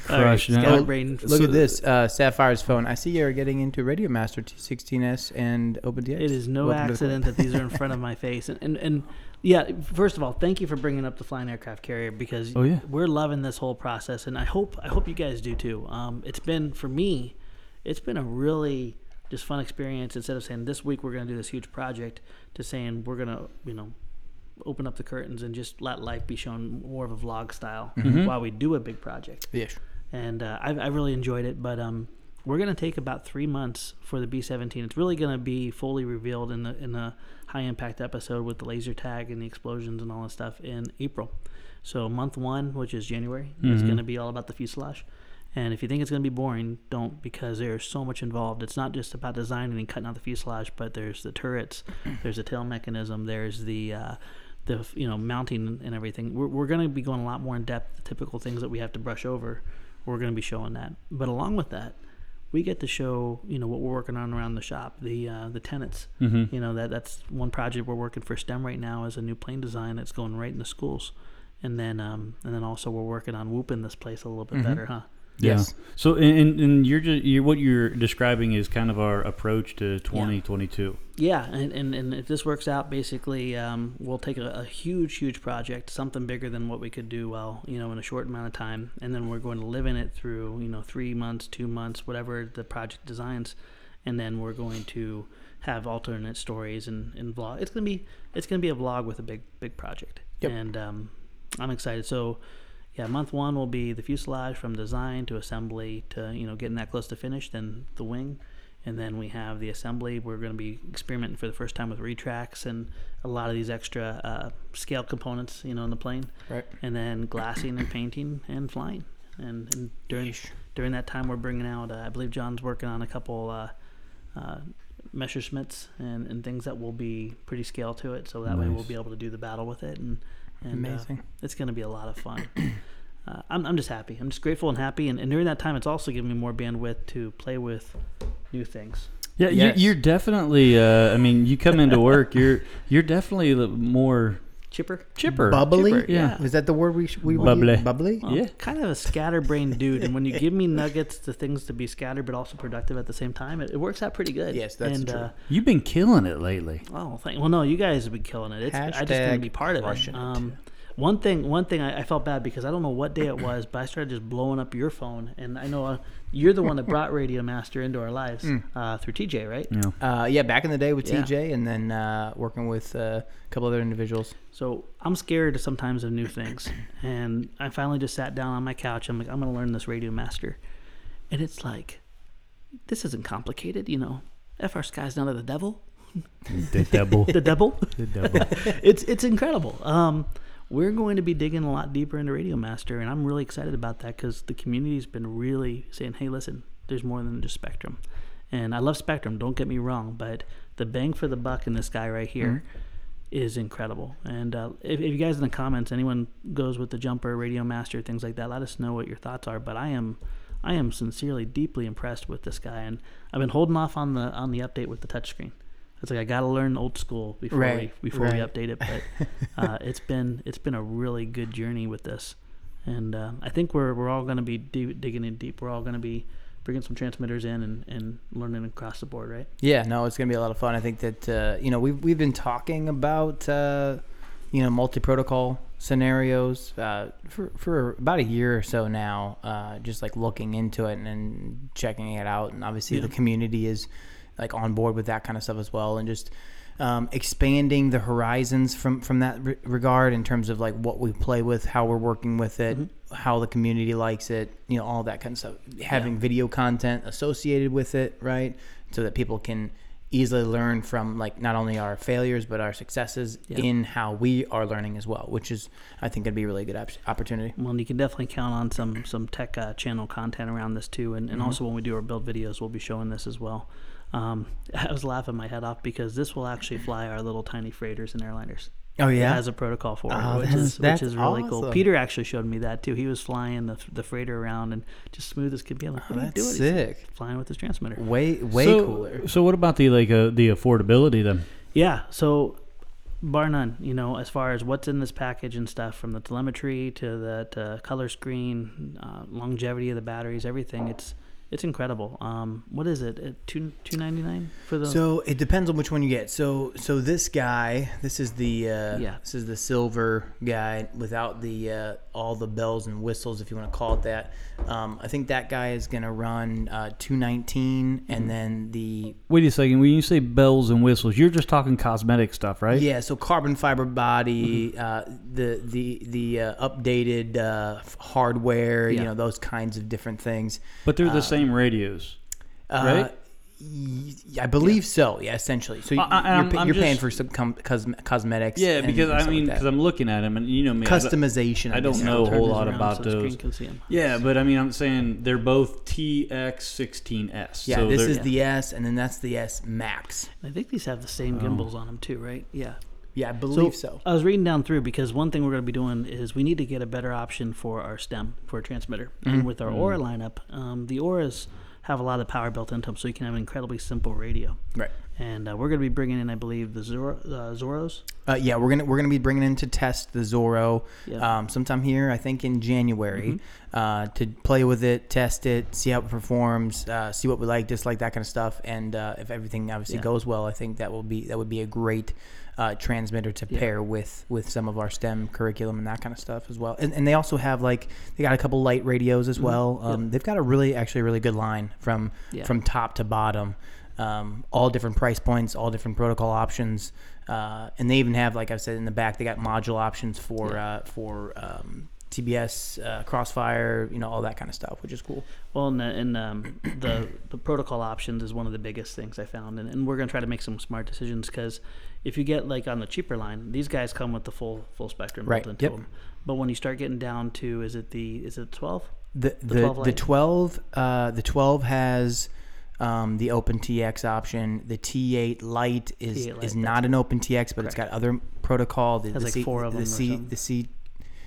S2: crushing it.
S1: Scott
S5: Oh,
S1: Braden.
S5: Look at this uh, Sapphire's phone. I see you're getting into Radio Master T16S and OpenTX.
S1: It is no
S5: Welcome to the
S1: accident
S5: club.
S1: that these are in front of my face. And, and and yeah, first of all, thank you for bringing up the flying aircraft carrier because
S2: Oh, yeah.
S1: we're loving this whole process, and I hope I hope you guys do too. Um, it's been for me, it's been a really just fun experience. Instead of saying this week we're going to do this huge project, to saying we're going to you know open up the curtains and just let life be shown more of a vlog style
S5: Mm-hmm.
S1: while we do a big project
S5: Yes.
S1: and uh, I, I really enjoyed it. But um, we're gonna take about three months for the B seventeen. It's really gonna be fully revealed in the in the high impact episode with the laser tag and the explosions and all that stuff in April. So month one, which is January, is gonna be all about the fuselage. And if you think it's going to be boring, don't because there's so much involved. It's not just about designing and cutting out the fuselage, but there's the turrets, there's the tail mechanism, there's the uh, the you know mounting and everything. We're, we're going to be going a lot more in depth. The typical things that we have to brush over, we're going to be showing that. But along with that, we get to show you know what we're working on around the shop, the uh, the tenants. You know that that's one project we're working for STEM right now is a new plane design that's going right into schools, and then um, and then also we're working on whooping this place a little bit better, huh?
S5: Yes.
S2: Yeah. So, and, and you're just you're, what you're describing is kind of our approach to 2022.
S1: Yeah, and, and, and if this works out, basically, um, we'll take a, a huge, huge project, something bigger than what we could do well, you know, in a short amount of time, and then we're going to live in it through, you know, three months, two months, whatever the project designs, and then we're going to have alternate stories and, and vlog. It's gonna be it's gonna be a vlog with a big, big project,
S5: Yep.
S1: and um, I'm excited. So. Yeah, month one will be the fuselage from design to assembly to you know getting that close to finish, then the wing, and then we have the assembly. We're going to be experimenting for the first time with retracts and a lot of these extra uh, scale components, you know, in the plane.
S5: Right.
S1: And then glassing and painting and flying. And, and during during that time, we're bringing out. Uh, I believe John's working on a couple uh, uh, Messerschmitts and, and things that will be pretty scale to it. So that way we'll
S2: Nice.
S1: be able to do the battle with it. And, and uh,
S5: Amazing.
S1: it's going to be a lot of fun. Uh, I'm, I'm just happy. I'm just grateful and happy. And, and during that time, it's also giving me more bandwidth to play with new things.
S2: Yeah,
S5: Yes.
S2: you, you're definitely. Uh, I mean, you come into work, you're you're definitely the more
S1: Chipper?
S2: chipper,
S5: Bubbly?
S2: Chipper, yeah.
S5: Was that the word we, sh- we
S2: Bubbly.
S5: Would use? Bubbly?
S1: Well,
S2: Yeah.
S1: Kind of a scatterbrained dude. And when you give me nuggets to things to be scattered but also productive at the same time, it, it works out pretty good.
S5: Yes, that's
S1: and,
S5: true.
S1: Uh,
S2: You've been killing it lately.
S1: oh, thank, well, no, you guys have been killing it. It's, I just want to
S5: Hashtag
S1: be part of it.
S5: crushing it.
S1: Um, one thing, one thing I, I felt bad because I don't know what day it was, but I started just blowing up your phone. And I know uh, you're the one that brought Radio Master into our lives
S5: Mm.
S1: uh, through TJ, right?
S2: Yeah.
S5: Uh, yeah, back in the day with
S1: Yeah.
S5: TJ and then uh, working with uh, a couple other individuals.
S1: So I'm scared sometimes of new things, and I finally just sat down on my couch. I'm like, I'm gonna learn this Radio Master, and it's like, this isn't complicated, you know. Fr Sky's not of the devil,
S2: The devil.
S1: the devil.
S2: the devil.
S1: it's it's incredible. Um, we're going to be digging a lot deeper into Radio Master, and I'm really excited about that because the community's been really saying, "Hey, listen, there's more than just Spectrum," and I love Spectrum. Don't get me wrong, but the bang for the buck in this guy right here
S5: Mm-hmm.
S1: is incredible. And uh, if, if you guys in the comments, anyone goes with the jumper, Radio Master, things like that, let us know what your thoughts are. But I am, I am sincerely deeply impressed with this guy, and I've been holding off on the on the update with the touchscreen. It's like I got to learn old school before
S5: Right,
S1: we before we
S5: right.
S1: update it. But uh, it's been it's been a really good journey with this, and uh, I think we're we're all going to be de- digging in deep. We're all going to be bringing some transmitters in and, and learning across the board, right?
S5: Yeah, no, it's gonna be a lot of fun. I think that uh, you know we've we've been talking about uh, you know multi protocol scenarios uh, for for about a year or so now. Uh, just like looking into it and, and checking it out, and obviously the community is like on board with that kind of stuff as well, and just um, expanding the horizons from from that re- regard in terms of like what we play with, how we're working with it,
S1: Mm-hmm.
S5: how the community likes it, you know, all that kind of stuff. Having video content associated with it, right, so that people can easily learn from like not only our failures but our successes in how we are learning as well, which is I think going to be a really good op- opportunity.
S1: Well, and you can definitely count on some some tech uh, channel content around this too, and, and also when we do our build videos, we'll be showing this as well. Um, I was laughing my head off because this will actually fly our little tiny freighters and airliners.
S5: Oh
S1: It
S5: yeah,
S1: has a protocol for it,
S5: Oh,
S1: which
S5: that's-
S1: is which
S5: that's
S1: is really cool.
S5: awesome.
S1: Peter actually showed me that too. He was flying the, the freighter around and just smooth as could be. I'm like, what are you
S5: Oh, that's
S1: doing? He's
S5: sick.
S1: Flying with his transmitter.
S5: Way way
S2: so,
S5: cooler.
S2: So what about the like uh, the affordability then?
S1: Yeah. So, bar none, you know, as far as what's in this package and stuff, from the telemetry to the to color screen, uh, longevity of the batteries, everything, it's it's incredible. Um, what is it? Uh, Two two ninety nine for the.
S5: So it depends on which one you get. So so this guy, this is the uh,
S1: Yeah.
S5: this is the silver guy without the uh, all the bells and whistles, if you want to call it that. Um, I think that guy is gonna run uh, two
S2: Mm-hmm.
S5: and then the
S2: Wait a second. When you say bells and whistles, you're just talking cosmetic stuff, right?
S5: yeah, so carbon fiber body,
S2: Mm-hmm.
S5: uh, the the the uh, updated uh, f- hardware, you
S1: Yeah.
S5: know those kinds of different things.
S2: But they're the same radios.
S5: Uh,
S2: Right?
S5: y- I believe so. Yeah, essentially. So
S2: I- I-
S5: you're,
S2: I'm-
S5: pa-
S2: I'm
S5: you're paying
S2: just-
S5: for some com- cosme- cosmetics.
S2: Yeah,
S5: and
S2: because
S5: stuff
S2: I
S5: like
S2: mean,
S5: that.
S2: because I'm looking at them, and you know, me, I-
S5: customization.
S2: I don't
S5: guess.
S2: know a
S1: Turn
S2: whole
S1: this
S2: lot
S1: around
S2: about
S1: so the
S2: those.
S1: Screen can see 'em.
S2: Yeah, but I mean, I'm saying they're both TX16S.
S5: Yeah,
S2: so
S5: this
S2: they're-
S5: is the S, and then that's the S Max.
S1: I think these have the
S5: Oh.
S1: same gimbals on them too, right? Yeah.
S5: Yeah, I believe so.
S1: I was reading down through because one thing we're going to be doing is we need to get a better option for our stem for a transmitter. And
S5: Mm-hmm.
S1: with our Aura lineup, um, the Auras have a lot of power built into them, so you can have an incredibly simple radio.
S5: Right.
S1: And uh, we're going to be bringing in, I believe, the Zoro, uh, Zoros.
S5: Uh, yeah, we're gonna we're gonna be bringing in to test the Zorro
S1: Yeah. Mm-hmm.
S5: um, sometime here, I think in January, uh, to play with it, test it, see how it performs, uh, see what we like, dislike, that kind of stuff, and uh, if everything obviously
S1: Yeah.
S5: goes well, I think that will be that would be a great uh, transmitter to pair with with some of our STEM curriculum and that kind of stuff as well. And, and they also have like they got a couple light radios
S1: Mm-hmm.
S5: as well. Um, They've got a really actually really good line from
S1: Yeah.
S5: from top to bottom. Um, all different price points, all different protocol options, uh, and they even have, like I said in the back, they got module options for uh, for um, TBS, uh, Crossfire, you know, all that kind of stuff, which is cool.
S1: Well, and, the, and um, the the protocol options is one of the biggest things I found, and, and we're going to try to make some smart decisions because if you get like on the cheaper line, these guys come with the full full spectrum
S5: Right,
S1: built into
S5: yep.
S1: them. But when you start getting down to, is it the is it twelve?
S5: The the
S1: 12
S5: the,
S1: Lite.
S5: twelve uh, the twelve has um, the OpenTX option. The T8 Lite is
S1: T8 Lite,
S5: is not an OpenTX, but it's got other protocol. The,
S1: Has
S5: the
S1: like four of
S5: the
S1: them or
S5: C,
S1: something.
S5: the C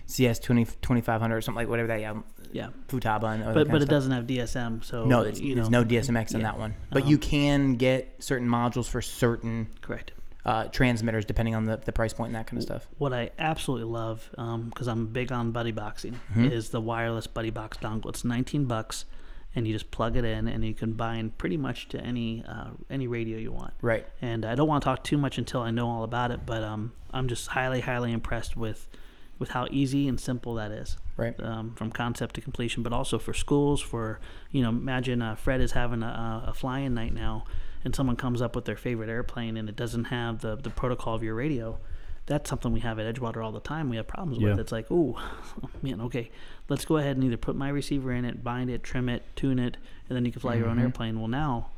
S5: CS 20, 2500 or something like whatever that. Yeah,
S1: Yeah.
S5: Futaba
S1: but
S5: and other kind
S1: but
S5: of
S1: it
S5: stuff.
S1: doesn't have DSM, so
S5: No, there's,
S1: Oh, you
S5: there's
S1: know,
S5: no DSMX on
S1: yeah. Uh-huh.
S5: that one. But you can get certain modules for certain
S1: correct.
S5: uh, transmitters depending on the, the price point and that kind of stuff.
S1: What I absolutely love, because I'm big on buddy boxing,
S5: Mm-hmm.
S1: is the wireless buddy box dongle. It's 19 bucks, and you just plug it in, and you can bind pretty much to any uh, any radio you want.
S5: Right.
S1: And I don't want to talk too much until I know all about it, but um, I'm just highly highly impressed with with how easy and simple that is.
S5: Right.
S1: Um, from concept to completion, but also for schools. For you know, imagine uh, Fred is having a, a fly-in night now, and someone comes up with their favorite airplane, and it doesn't have the the protocol of your radio. That's something we have at Edgewater all the time. We have problems with.
S2: Yeah.
S1: It's like, oh, man, okay, let's go ahead and either put my receiver in it, bind it, trim it, tune it, and then you can fly your own airplane. Well, now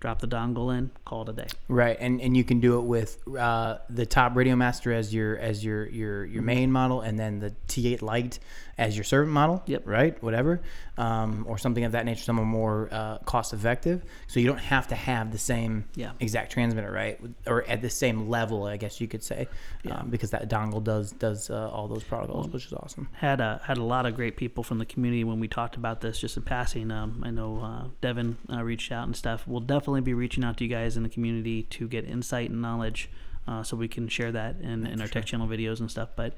S1: drop the dongle in, call it a day.
S5: Right, and and you can do it with uh, the top Radio Master as your as your your
S1: Mm-hmm.
S5: your main model, and then the T8 Lite as your servant model.
S1: Yep.
S5: Right. Whatever, um, or something of that nature. Something more uh, cost effective, so you don't have to have the same
S1: Yeah.
S5: exact transmitter, right? Or at the same level, I guess you could say, um, because that dongle does does uh, all those protocols, which is awesome.
S1: had a had a lot of great people from the community when we talked about this just in passing. Um, I know uh, Devin uh, reached out and stuff. We'll definitely be reaching out to you guys in the community to get insight and knowledge, uh, so we can share that in, in our tech channel videos and stuff. But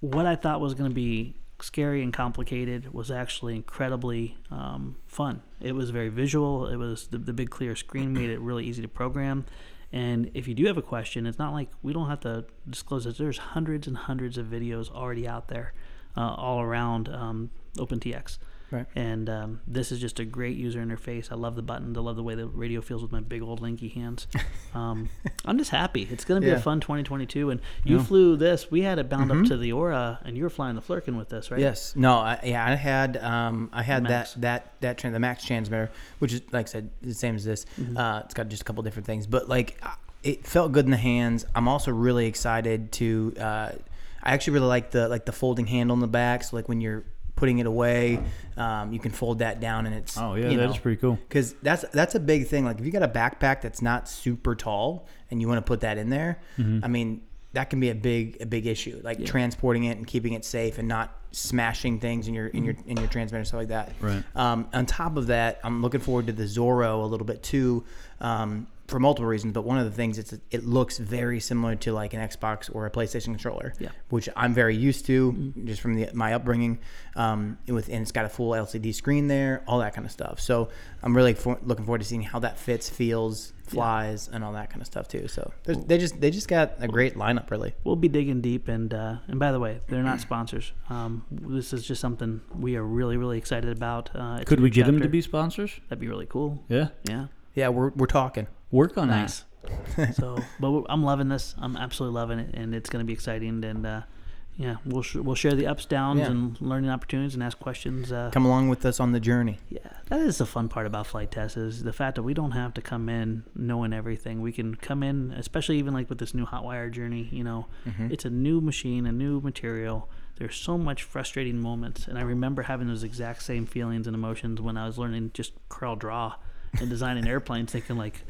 S1: what I thought was going to be scary and complicated was actually incredibly um, fun. It was very visual. It was the, the big clear screen made it really easy to program. And if you do have a question, it's not like we don't have to disclose this. There's hundreds and hundreds of videos already out there, uh, all around um, OpenTX.
S5: Right.
S1: And um, this is just a great user interface. I love the buttons. I love the way the radio feels with my big old linky hands. Um, I'm just happy. It's going to be
S5: Yeah.
S1: a fun 2022. And you flew this. We had it bound
S2: Mm-hmm.
S1: up to the Aura, and you were flying the Flurkin with this, right?
S5: Yes. No. I, yeah. I had um, I had
S1: Max.
S5: that that that tran- the max transmitter, which is like I said, the same as this. Uh, it's got just a couple different things, but like I- it felt good in the hands. I'm also really excited to. Uh, I actually really like the like the folding handle in the back. So like when you're putting it away, um, you can fold that down and it's
S2: Oh, yeah,
S5: you
S2: that is
S5: know,
S2: pretty cool.
S5: because that's that's a big thing. Like if you got a backpack that's not super tall and you want to put that in there, I mean that can be a big a big issue. Like transporting it and keeping it safe and not smashing things in your in your in your transmitter stuff like that.
S2: Right.
S5: Um, on top of that, I'm looking forward to the Zorro a little bit too. Um, for multiple reasons, but one of the things it's it looks very similar to like an Xbox or a PlayStation controller,
S1: Yeah.
S5: which I'm very used to just from the, my upbringing. Um, and with and it's got a full LCD screen there, all that kind of stuff. So I'm really for, looking forward to seeing how that fits, feels, flies, and all that kind of stuff too. So there's- they just they just got a great lineup, really.
S1: We'll be digging deep, and uh, and by the way, they're not sponsors. Um, this is just something we are really really excited about. Uh, it's a
S2: Could we
S1: new
S2: get them to
S1: chapter.
S2: be sponsors?
S1: That'd be really cool.
S2: Yeah.
S1: Yeah.
S5: Yeah, we're we're talking.
S2: Work on
S1: Nice. so, but we're- I'm loving this. I'm absolutely loving it, and it's going to be exciting. And uh, yeah, we'll sh- we'll share the ups, downs,
S5: Yeah.
S1: and learning opportunities, and ask questions. Uh,
S5: Come along with us on the journey.
S1: yeah, that is the fun part about flight tests is the fact that we don't have to come in knowing everything. We can come in, especially even like with this new Hotwire journey. You know, it's a new machine, a new material. There's so much frustrating moments, and I remember having those exact same feelings and emotions when I was learning just curl draw and designing airplanes, thinking like,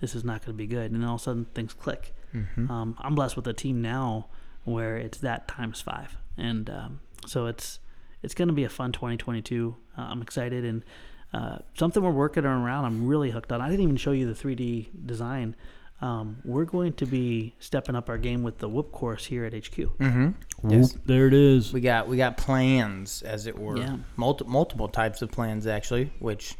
S1: this is not going to be good, and then all of a sudden things click. Um, I'm blessed with a team now where it's that times five, and um, so it's it's going to be a fun 2022. Uh, I'm excited and uh, something we're working around. I'm really hooked on. I didn't even show you the 3D design. Um, we're going to be stepping up our game with the whoop course here at HQ.
S2: that. Whoop, there it is.
S5: We got we got plans, as it were,
S1: Yeah.
S5: Multi- multiple types of plans actually, which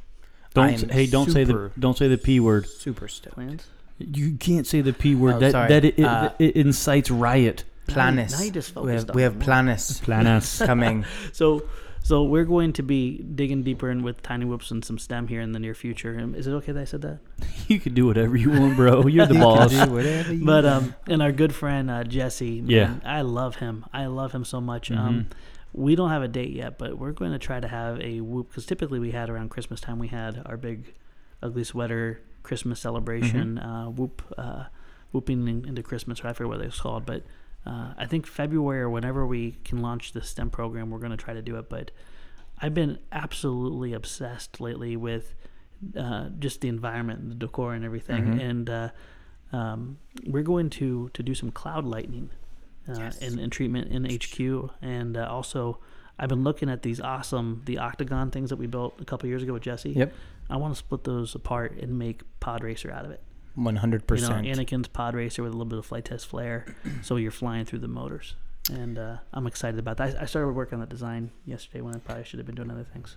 S5: I
S2: Don't
S5: am
S2: hey, don't say the
S5: super-
S2: don't say the p word.
S5: super stoked.
S1: Plans?
S2: You can't say the p word.
S5: Oh,
S2: that
S5: sorry.
S2: that it, it,
S5: Uh,
S2: it incites riot.
S5: Planis.
S1: Now you just
S5: we have,
S1: focused
S5: we
S1: on
S5: have
S1: one.
S5: planis
S2: Planas.
S5: coming.
S1: So, so we're going to be digging deeper in with tiny whoops and some STEM here in the near future. Um, Is it okay that I said that?
S2: you can do whatever you want, bro. You're the boss.
S5: Do whatever you
S1: But um, and our good friend uh, Jesse,
S2: Yeah.
S1: man, I love him. I love him so much. Um, we don't have a date yet, but we're going to try to have a whoop because typically we had around Christmas time we had our big ugly sweater Christmas celebration uh, whoop uh, whooping in, into Christmas. Or I forget what it was called, but uh, I think February or whenever we can launch the STEM program, we're going to try to do it. But I've been absolutely obsessed lately with uh, just the environment, the decor, and everything. And uh, um, we're going to to do some cloud lightning uh, and, and treatment in HQ, and uh, also I've been looking at these awesome the octagon things that we built a couple years ago with Jesse.
S5: Yep.
S1: I want to split those apart and make Pod Racer out of it.
S5: One hundred
S1: You know,
S5: percent.
S1: Anakin's Pod Racer with a little bit of flight test flair, so you're flying through the motors. And uh, I'm excited about that. I, I started working on that design yesterday when I probably should have been doing other things.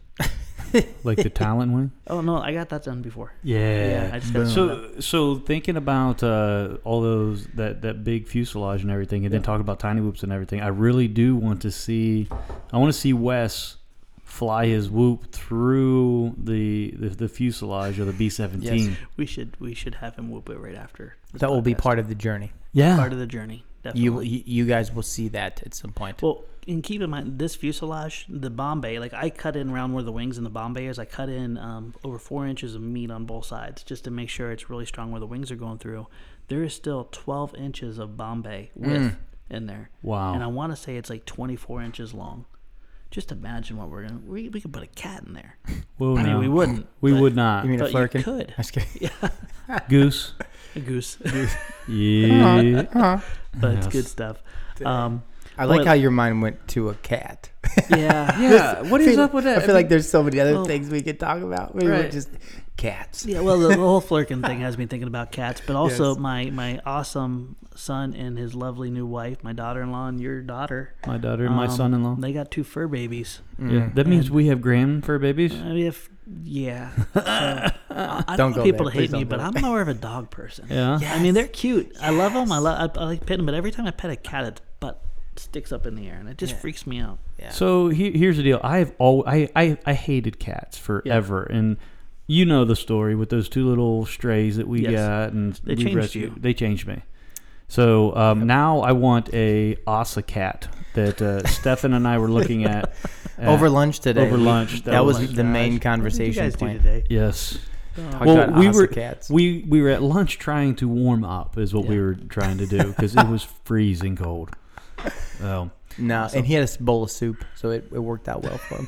S2: like the Talon one.
S1: Oh no, I got that done before.
S2: Yeah.
S1: I just got
S2: so so thinking about uh, all those that that big fuselage and everything, and then talking about tiny whoops and everything, I really do want to see. I want to see Wes fly his whoop through the the, the fuselage of the B seventeen.
S1: we should we should have him whoop it right after. this
S5: That will be
S1: podcast.
S5: part of the journey.
S2: Yeah.
S1: part of the journey. Definitely.
S5: You, you you guys will see that at some point.
S1: well, and keep in mind this fuselage, the Bombay, like I cut in around where the wings and the Bombay is. I cut in um, over four inches of meat on both sides just to make sure it's really strong where the wings are going through. There is still 12 inches of Bombay width in there.
S2: Wow.
S1: And I want to say it's like 24 inches long. Just imagine what we're gonna. We, we could put a cat in there.
S2: Well,
S1: I mean,
S2: no.
S1: we wouldn't.
S2: We
S1: but
S2: would not.
S5: You mean a
S1: But you
S5: flurkin?
S1: could.
S5: I'm just kidding.
S2: Goose.
S1: a goose.
S2: Yeah.
S1: but it's good stuff. Um,
S5: I like
S1: Well-
S5: how your mind went to a cat.
S1: yeah.
S2: yeah. What is up with that?
S5: I feel like there's so many other
S1: Well-
S5: things we could talk about. We were
S2: Right.
S5: just cats.
S1: Yeah, well, the, the whole flirkin thing has me thinking about cats, but also my my awesome son and his lovely new wife, my daughter-in-law and your daughter,
S2: my daughter, my
S1: um,
S2: son-in-law.
S1: They got two fur babies.
S2: yeah. That means we have grand fur babies.
S1: I mean, if yeah, so, I I don't
S5: Don't go
S1: want people to
S5: there. Please
S1: hate me,
S5: don't go
S1: but I'm more of a dog person.
S2: Yeah.
S1: I mean they're cute. I love them. I love I, I like petting them, but every time I pet a cat, its butt sticks up in the air, and it just freaks me out.
S2: So he, here's the deal. I've all I, I I hated cats forever, and you know the story with those two little strays that we
S1: Yes.
S2: got, and
S1: They
S2: we
S1: changed
S2: rescued.
S1: you.
S2: They changed me. So um, now I want a Asa cat that uh, Stefan and I were looking at at-
S5: Over lunch today.
S2: Over
S5: we-
S2: lunch,
S5: That,
S2: that
S5: was
S2: was-
S5: the main
S1: What did you
S5: conversation
S1: guys do
S5: point.
S1: today? Oh,
S2: Yes.
S5: Talked
S2: well,
S5: about
S2: we
S5: Asa
S2: were
S5: cats.
S2: we we were at lunch trying to warm up is what we
S1: Yeah.
S2: were trying to do because it was freezing cold. Um,
S5: no, and he had a s- bowl of soup, so it, it worked out well for him.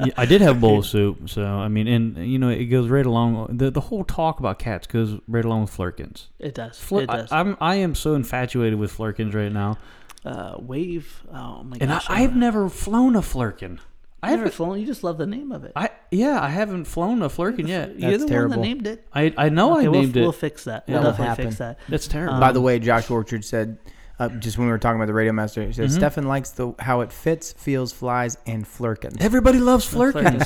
S2: yeah, I did have a bowl of soup, so I mean, and you know, it goes right along. The the whole talk about cats goes right along with Flurkins.
S1: It does.
S2: Flir-
S1: it does.
S2: I, am I am so infatuated with Flurkins right now,
S1: uh, wave. Oh my gosh!
S2: and I,
S1: I
S2: I've
S1: don't know.
S2: never flown a Flurkin. I
S1: Never
S2: haven't.
S1: flown. You just love the name of it.
S2: I yeah, I haven't flown a Flurkin yet.
S1: You're the
S5: terrible.
S1: one that named it.
S2: I I know I
S1: Okay,
S2: named
S1: we'll, we'll
S2: it.
S1: fix that.
S5: That'll
S1: We'll definitely fix
S5: happen.
S1: that.
S2: That's terrible.
S5: By the way, Josh Orchard said, uh, just when we were talking about the Radio Master, he said, Stefan likes the how it fits, feels, flies, and flirkins.
S2: Everybody loves Flurkins.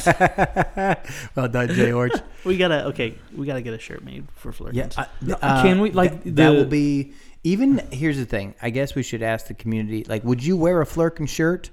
S5: well done, Jay Orch.
S1: we gotta okay. We gotta get a shirt made for Flurkins.
S5: yeah. I-
S2: can we, like,
S5: th- that
S2: the-
S5: will be, even, here's the thing. I guess we should ask the community, like, would you wear a flirkin shirt?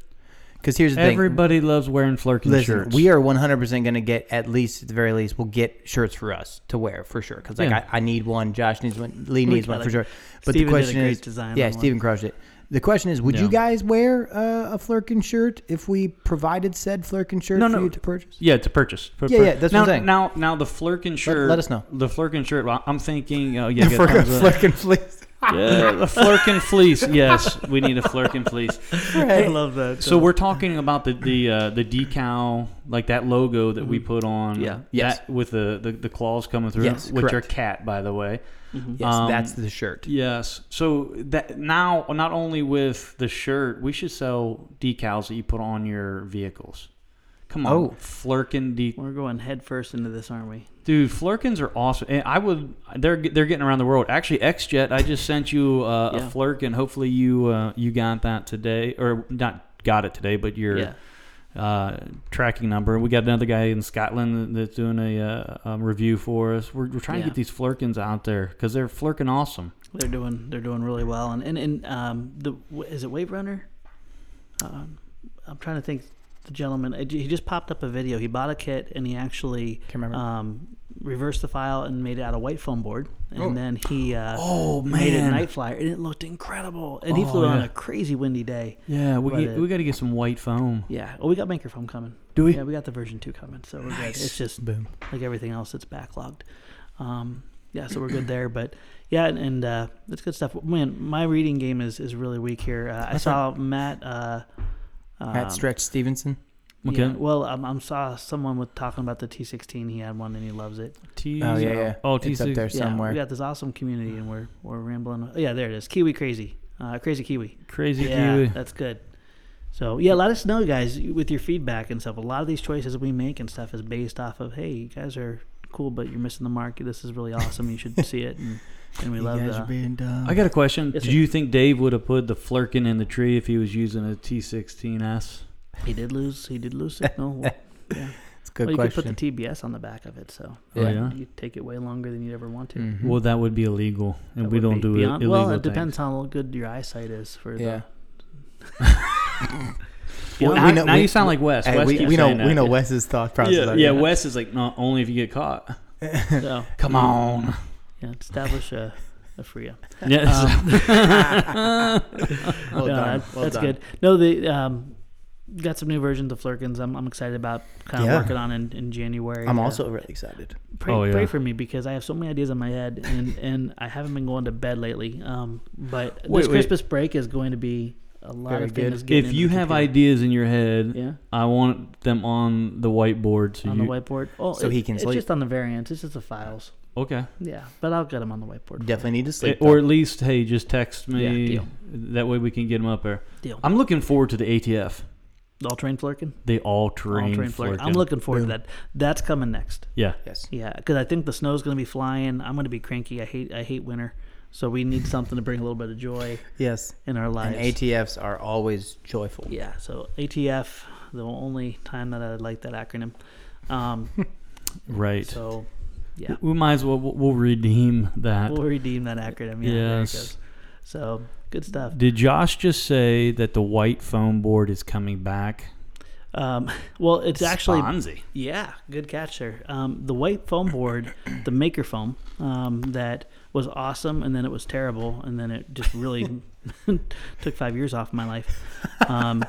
S5: Because here's the thing.
S2: Everybody loves wearing Flurkin
S5: Listen,
S2: shirts.
S5: we are 100% going to get, at least, at the very least, we'll get shirts for us to wear for sure. Because, like,
S2: Yeah.
S5: I, I need one. Josh needs one. Lee needs one
S1: got
S5: for
S1: it.
S5: sure. But
S1: Steven did
S5: the
S1: a
S5: question
S1: great
S5: is,
S1: design
S5: yeah,
S1: on one.
S5: Steven crushed it. The question is, would you
S2: Yeah.
S5: guys wear uh, a Flurkin shirt if we provided said Flurkin shirt
S2: No,
S5: for
S2: no.
S5: you to purchase?
S2: Yeah, to purchase. For-
S5: Yeah,
S2: for-
S5: yeah, that's what
S2: now,
S5: I'm saying.
S2: Now, now the Flurkin shirt.
S5: let us know.
S2: The Flurkin shirt. Well, I'm thinking. Oh yeah, good, thumbs up.
S5: fleece.
S2: yeah, a Flurkin fleece. Yes, we need a Flurkin fleece.
S1: I love that.
S2: So we're talking about the the uh, the decal, like that logo that we put on.
S1: Yeah.
S5: Mm-hmm. Yes.
S2: that- with the, the the claws coming through,
S5: Yes,
S2: which are
S5: correct.
S2: cat, by the way.
S5: Yes,
S2: Um,
S5: that's the shirt.
S2: Yes. So that now, not only with the shirt, we should sell decals that you put on your vehicles. Come on,
S5: Oh.
S2: Flurkin de-
S1: we're going headfirst into this, aren't we?
S2: Dude, Flurkins are awesome, and I would. They're they're getting around the world. Actually, XJet, I just sent you uh,
S1: Yeah.
S2: a Flurkin. Hopefully, you uh, you got that today, or not got it today, but your
S1: Yeah.
S2: uh, tracking number. We got another guy in Scotland that's doing a uh, um, review for us. We're, we're trying
S1: Yeah.
S2: to get these Flurkins out there because they're Flurkin awesome.
S1: They're doing they're doing really well. And and, and um the wh- is it Wave Runner? Um, I'm trying to think. The gentleman I ju- he just popped up a video. He bought a kit and he actually
S5: Can't remember.
S1: um reversed the file and made it out of white foam board. And
S5: Oh.
S1: then he uh,
S2: Oh,
S1: made it
S2: man.
S1: night flyer and it looked incredible. And he
S2: Oh,
S1: flew it on
S2: yeah.
S1: a crazy windy day.
S2: Yeah, we
S1: But
S2: get,
S1: it-
S2: we got to get some white foam.
S1: Yeah. Oh, we got Maker Foam coming.
S2: Do we?
S1: Yeah, we got the version two coming, so we're good. It's just
S5: Boom.
S1: like everything else, it's backlogged. Um, yeah, so we're good there. But yeah, and, and uh, that's good stuff. Man, my reading game is, is really weak here. Uh, I saw Matt. Uh, um,
S5: Matt Stretch Stevenson.
S2: Okay.
S1: yeah, well, I um, um, saw someone with talking about the T16. He had one and he loves it.
S2: T-
S5: Oh, yeah, yeah.
S2: Oh,
S5: It's up
S2: T6.
S5: there
S1: Yeah,
S5: somewhere.
S1: we got this awesome community, and we're we're rambling. Oh, yeah, there it is. Kiwi crazy, uh, crazy Kiwi.
S2: Crazy
S1: Yeah,
S2: Kiwi.
S1: that's good. So yeah, let us know, guys, with your feedback and stuff. A lot of these choices that we make and stuff is based off of, hey, you guys are cool, but you're missing the mark. This is really awesome. You should see it, and, and we love that.
S5: being dumb.
S2: I got a question.
S1: Yes,
S2: Do
S1: sir.
S2: you think Dave would have put the Flurkin in the tree if he was using a T16S?
S1: He did lose. He did lose signal. yeah.
S5: That's a good
S1: well, you
S5: question.
S1: could put the TBS on the back of it, so
S2: Oh, yeah?
S1: you take it way longer than you'd ever want to.
S5: Mhm.
S2: Well, that would be illegal, and
S1: That
S2: we
S1: would
S2: don't
S1: be
S2: do
S1: beyond-
S2: it.
S1: Well, it depends how good your eyesight is for
S5: Yeah.
S2: Well,
S5: Well,
S2: now,
S5: we know-
S2: now
S5: we-
S2: you sound like Wes.
S5: Hey,
S2: Wes
S5: we,
S2: keeps
S5: we know
S2: saying that.
S5: we know Wes's thought process.
S2: Yeah,
S5: on
S2: yeah,
S5: it.
S2: Wes is like, no, only if you get caught.
S1: the. So
S2: Come on.
S1: yeah, establish a a Fria.
S2: Yeah, so-
S1: Um, No,
S5: Well done.
S1: that-
S5: well
S1: that's
S5: done.
S1: good. No, the um, got some new versions of Flurkins. I'm, I'm excited about kind of
S5: Yeah.
S1: working on in, in January.
S5: I'm
S1: Uh,
S5: also really excited.
S1: pray,
S2: Oh, yeah.
S1: pray for me because I have so many ideas in my head and and I haven't been going to bed lately. Um, but
S2: Wait,
S1: this
S2: wait.
S1: Christmas break is going to be a lot
S5: Very
S1: of
S5: good.
S1: things. getting
S2: if
S1: into
S2: you
S1: the
S2: have
S1: computer.
S2: ideas in your head,
S1: yeah.
S2: I want them on the whiteboard. So
S1: on
S2: you,
S1: the whiteboard. Oh,
S5: So
S1: it-
S5: he can
S1: it's
S5: sleep.
S1: just on the variants. It's just the files.
S2: okay,
S1: Yeah, but I'll get them on the whiteboard.
S5: Definitely need to sleep.
S2: It- or
S5: though.
S2: at least hey, just text me.
S1: Yeah, deal.
S2: That way we can get them up there.
S1: Deal.
S2: I'm looking forward to the ATF,
S1: All train Flurkin.
S2: the all terrain.
S1: All train Flurkin. I'm looking forward to that. That's coming next.
S2: Yeah,
S5: yes.
S1: Yeah, because I think the snow's going to be flying. I'm going to be cranky. I hate I hate winter. So we need something to bring a little bit of joy
S5: Yes.
S1: in our
S5: And
S1: lives.
S5: ATFs are always joyful.
S1: Yeah, so ATF, the only time that I like that acronym. Um,
S2: right.
S1: so, yeah,
S2: we might as well we'll we'll redeem that.
S1: we'll redeem that acronym. Yeah, there it
S2: Yes.
S1: goes. So, good stuff.
S2: Did Josh just say that the white foam board is coming back?
S1: Um, well, it's actually
S2: Sponzy.
S1: Yeah, good catch there. Um, the white foam board, the maker foam, um, that was awesome, and then it was terrible, and then it just really took five years off my life. Um,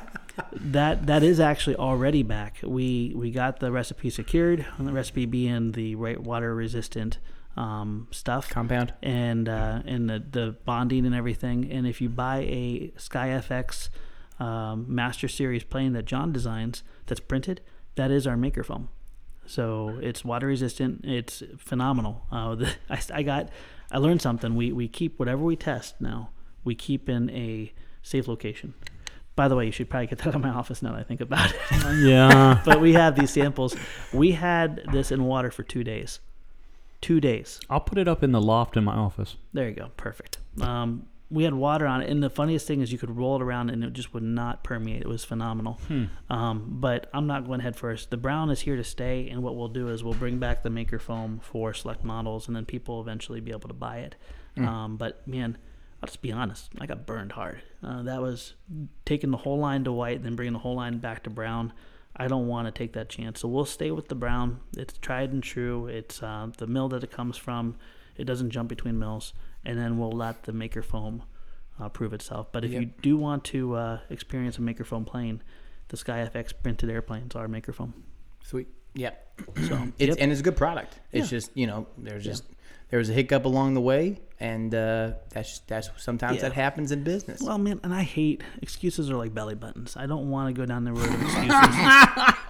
S1: that that is actually already back. We we got the recipe secured, and the recipe being the right water resistant um, stuff
S5: Compound.
S1: and uh, and the, the bonding and everything. And if you buy a Sky FX um, Master Series plane that John designs, that's printed, that is our maker foam. So it's water resistant. It's phenomenal. Uh, the, I, I got, I learned something. We we keep whatever we test now. We keep in a safe location. By the way, you should probably get that out of my office now that I think about it.
S2: Yeah.
S1: but we have these samples. We had this in water for two days. Two days.
S2: I'll put it up in the loft in my office.
S1: There you go. Perfect. Um, we had water on it, and the funniest thing is you could roll it around and it just would not permeate. It was phenomenal. Um, but I'm not going head first. The brown is here to stay, and what we'll do is we'll bring back the maker foam for select models, and then people will eventually be able to buy it. Um, but man, I'll just be honest. I got burned hard. Uh, that was taking the whole line to white, then bringing the whole line back to brown. I don't want to take that chance. So we'll stay with the brown. It's tried and true. It's uh, the mill that it comes from. It doesn't jump between mills, and then we'll let the maker foam uh, prove itself. But if you do want to uh, experience a maker foam plane, the Sky FX printed airplanes are maker foam.
S5: Sweet. Yep.
S1: So
S5: It's,
S1: yep.
S5: And it's a good product. It's just you know there's just there was a hiccup along the way, and uh, that's that's sometimes
S1: Yeah.
S5: that happens in business.
S1: well, man, and I hate excuses are like belly buttons. I don't want to go down the road of excuses.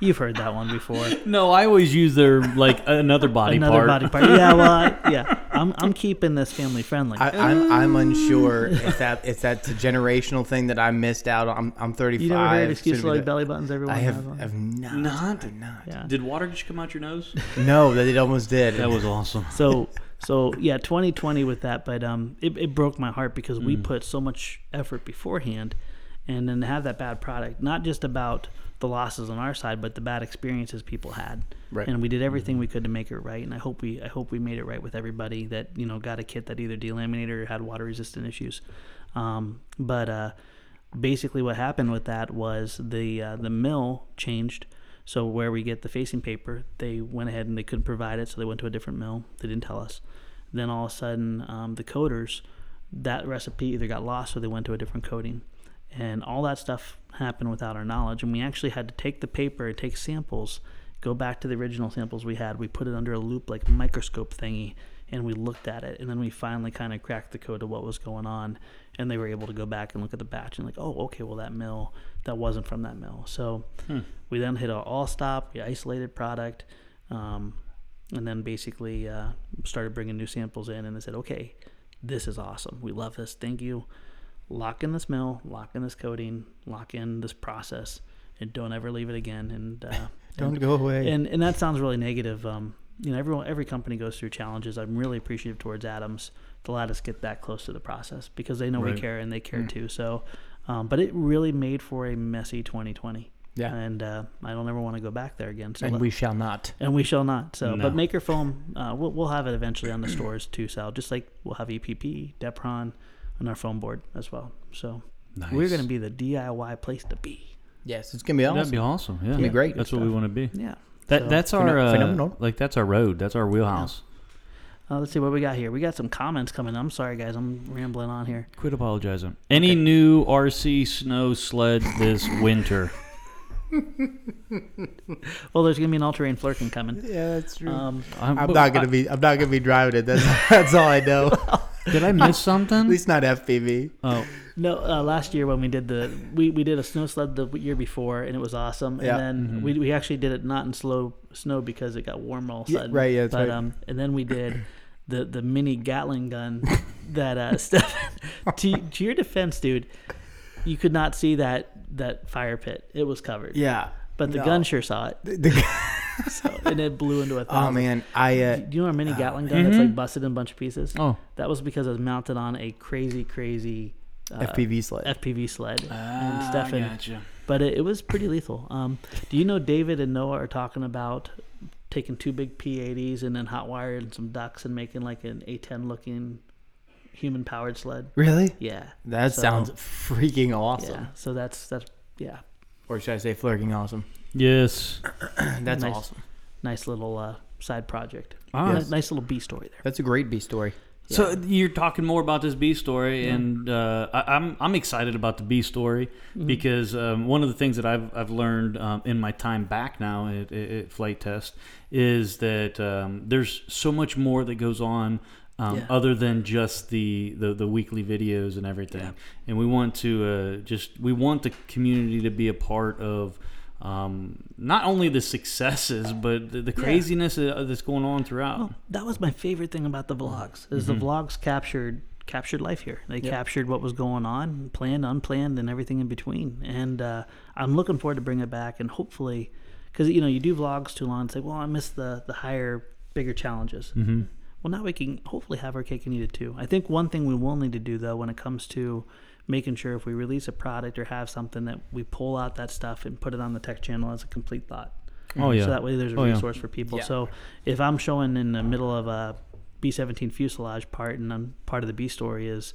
S1: You've heard that one before.
S2: No, I always use their like another body
S1: Another
S2: part.
S1: body part. Yeah, well, I, yeah. I'm, I'm keeping this family friendly.
S5: I, I'm, I'm unsure if that if that's a generational thing that I missed out on. I'm, I'm 35.
S1: you never heard
S5: soon
S1: excuses
S5: to be
S1: like
S5: the-
S1: belly buttons? Everyone
S5: I have,
S1: has one.
S5: have not. Not? I've not.
S1: Yeah.
S2: Did water just come out your nose?
S5: No, that it almost did.
S2: That was awesome.
S1: so so yeah 2020 with that but um it, it broke my heart because we put so much effort beforehand and then to have that bad product not just about the losses on our side but the bad experiences people had
S5: Right.
S1: and we did everything we could to make it right and i hope we i hope we made it right with everybody that you know got a kit that either delaminated or had water resistant issues um, but uh basically what happened with that was the uh, the mill changed so where we get the facing paper, they went ahead and they couldn't provide it, so they went to a different mill. They didn't tell us. Then all of a sudden, um, the coders, that recipe either got lost or they went to a different coding, and all that stuff happened without our knowledge. And we actually had to take the paper, take samples, go back to the original samples we had. We put it under a loop like microscope thingy, and we looked at it, and then we finally kind of cracked the code of what was going on, and they were able to go back and look at the batch and like, oh, okay, well that mill that wasn't from that mill. So we then hit a all stop, we isolated product, um, and then basically uh, started bringing new samples in, and they said, okay, this is awesome, we love this, thank you. Lock in this mill, lock in this coding, lock in this process, and don't ever leave it again. And uh,
S5: Don't go away.
S1: and and that sounds really negative. Um, you know, everyone, every company goes through challenges. I'm really appreciative towards Adams to let us get that close to the process because they know
S2: Right.
S1: we care and they care
S5: Mm.
S1: too. So, um, but it really made for a messy 2020.
S5: Yeah.
S1: and uh, I don't ever want to go back there again. So
S5: and
S1: let-
S5: we shall not.
S1: and we shall not. So,
S2: No.
S1: but Maker Foam, uh, we'll, we'll have it eventually on the stores too, Sal. Just like we'll have EPP, Depron, and our foam board as well. So we're
S2: Nice.
S1: going to be the DIY place to be.
S5: Yes, it's gonna be awesome.
S2: That'd be awesome. Yeah,
S5: be great.
S2: That's what we want to be.
S1: Yeah.
S2: That
S1: So-
S2: that's our uh,
S5: phenomenal.
S2: like that's our road. That's our wheelhouse.
S1: Uh, let's see what we got here. We got some comments coming. I'm sorry, guys. I'm rambling on here.
S2: Quit apologizing. Any new RC snow sled this winter?
S1: Well, there's gonna be an all-terrain flirkin coming.
S6: Yeah, that's true.
S1: Um,
S2: I'm,
S6: I'm not gonna be. I'm not gonna be driving it. That's that's all I know. At
S2: Did I miss something?
S6: least not FPV.
S2: Oh,
S1: no, uh, last year when we did the we, we did a snow sled the year before and it was awesome.
S6: Yeah.
S1: And then we, we actually did it not in slow snow because it got warm all of a
S6: Yeah,
S1: sudden.
S6: right, yeah, that's
S1: but,
S6: right.
S1: Um, and then we did the the mini Gatling gun that uh, Stefan. To, to your defense, dude, you could not see that that fire pit. It was covered.
S6: Yeah,
S1: But the
S6: No.
S1: gun sure saw it,
S6: The- the-
S1: so, and it blew into a
S6: oh
S1: thousand.
S6: man, I uh,
S1: Do you know our mini Gatling gun that's like busted in a bunch of pieces?
S2: oh,
S1: That was because it was mounted on a crazy, crazy uh,
S6: FPV sled.
S1: FPV sled.
S2: Ah,
S1: and Stefan. But it, it was pretty lethal. Um, do you know David and Noah are talking about taking two big P80s and then hot wire and some ducks and making like an A10 looking human powered sled?
S6: really?
S1: Yeah.
S5: That
S1: So-
S5: sounds freaking awesome.
S1: Yeah. So that's, that's, yeah.
S5: Or should I say flirting awesome?
S2: Yes.
S5: That's
S1: Nice.
S5: awesome.
S1: Nice little uh, side project.
S2: All right.
S1: Nice, nice little B story there.
S5: That's a great B story.
S2: So you're talking more about this B story, and uh, I, I'm I'm excited about the B story because um, one of the things that I've I've learned um, in my time back now at, at- at flight test is that um, there's so much more that goes on. Um,
S1: Yeah.
S2: Other than just the, the, the weekly videos and everything, and we want to uh, just we want the community to be a part of um, not only the successes but the, the craziness uh that's going on throughout.
S1: That was my favorite thing about the vlogs is
S2: Mm-hmm.
S1: the vlogs captured captured life here. They captured what was going on, planned, unplanned, and everything in between. And uh, I'm looking forward to bring it back and hopefully, because you know you do vlogs too long, and say, well, I miss the the higher, bigger challenges. Mm-hmm. Well, now we can hopefully have our cake and eat it too. I think one thing we will need to do though, when it comes to making sure if we release a product or have something that we pull out that stuff and put it on the tech channel as a complete thought.
S2: Oh yeah.
S1: So that way there's a
S2: Oh, yeah.
S1: resource for people. So if I'm showing in the middle of a B-17 fuselage part and I'm part of the B story is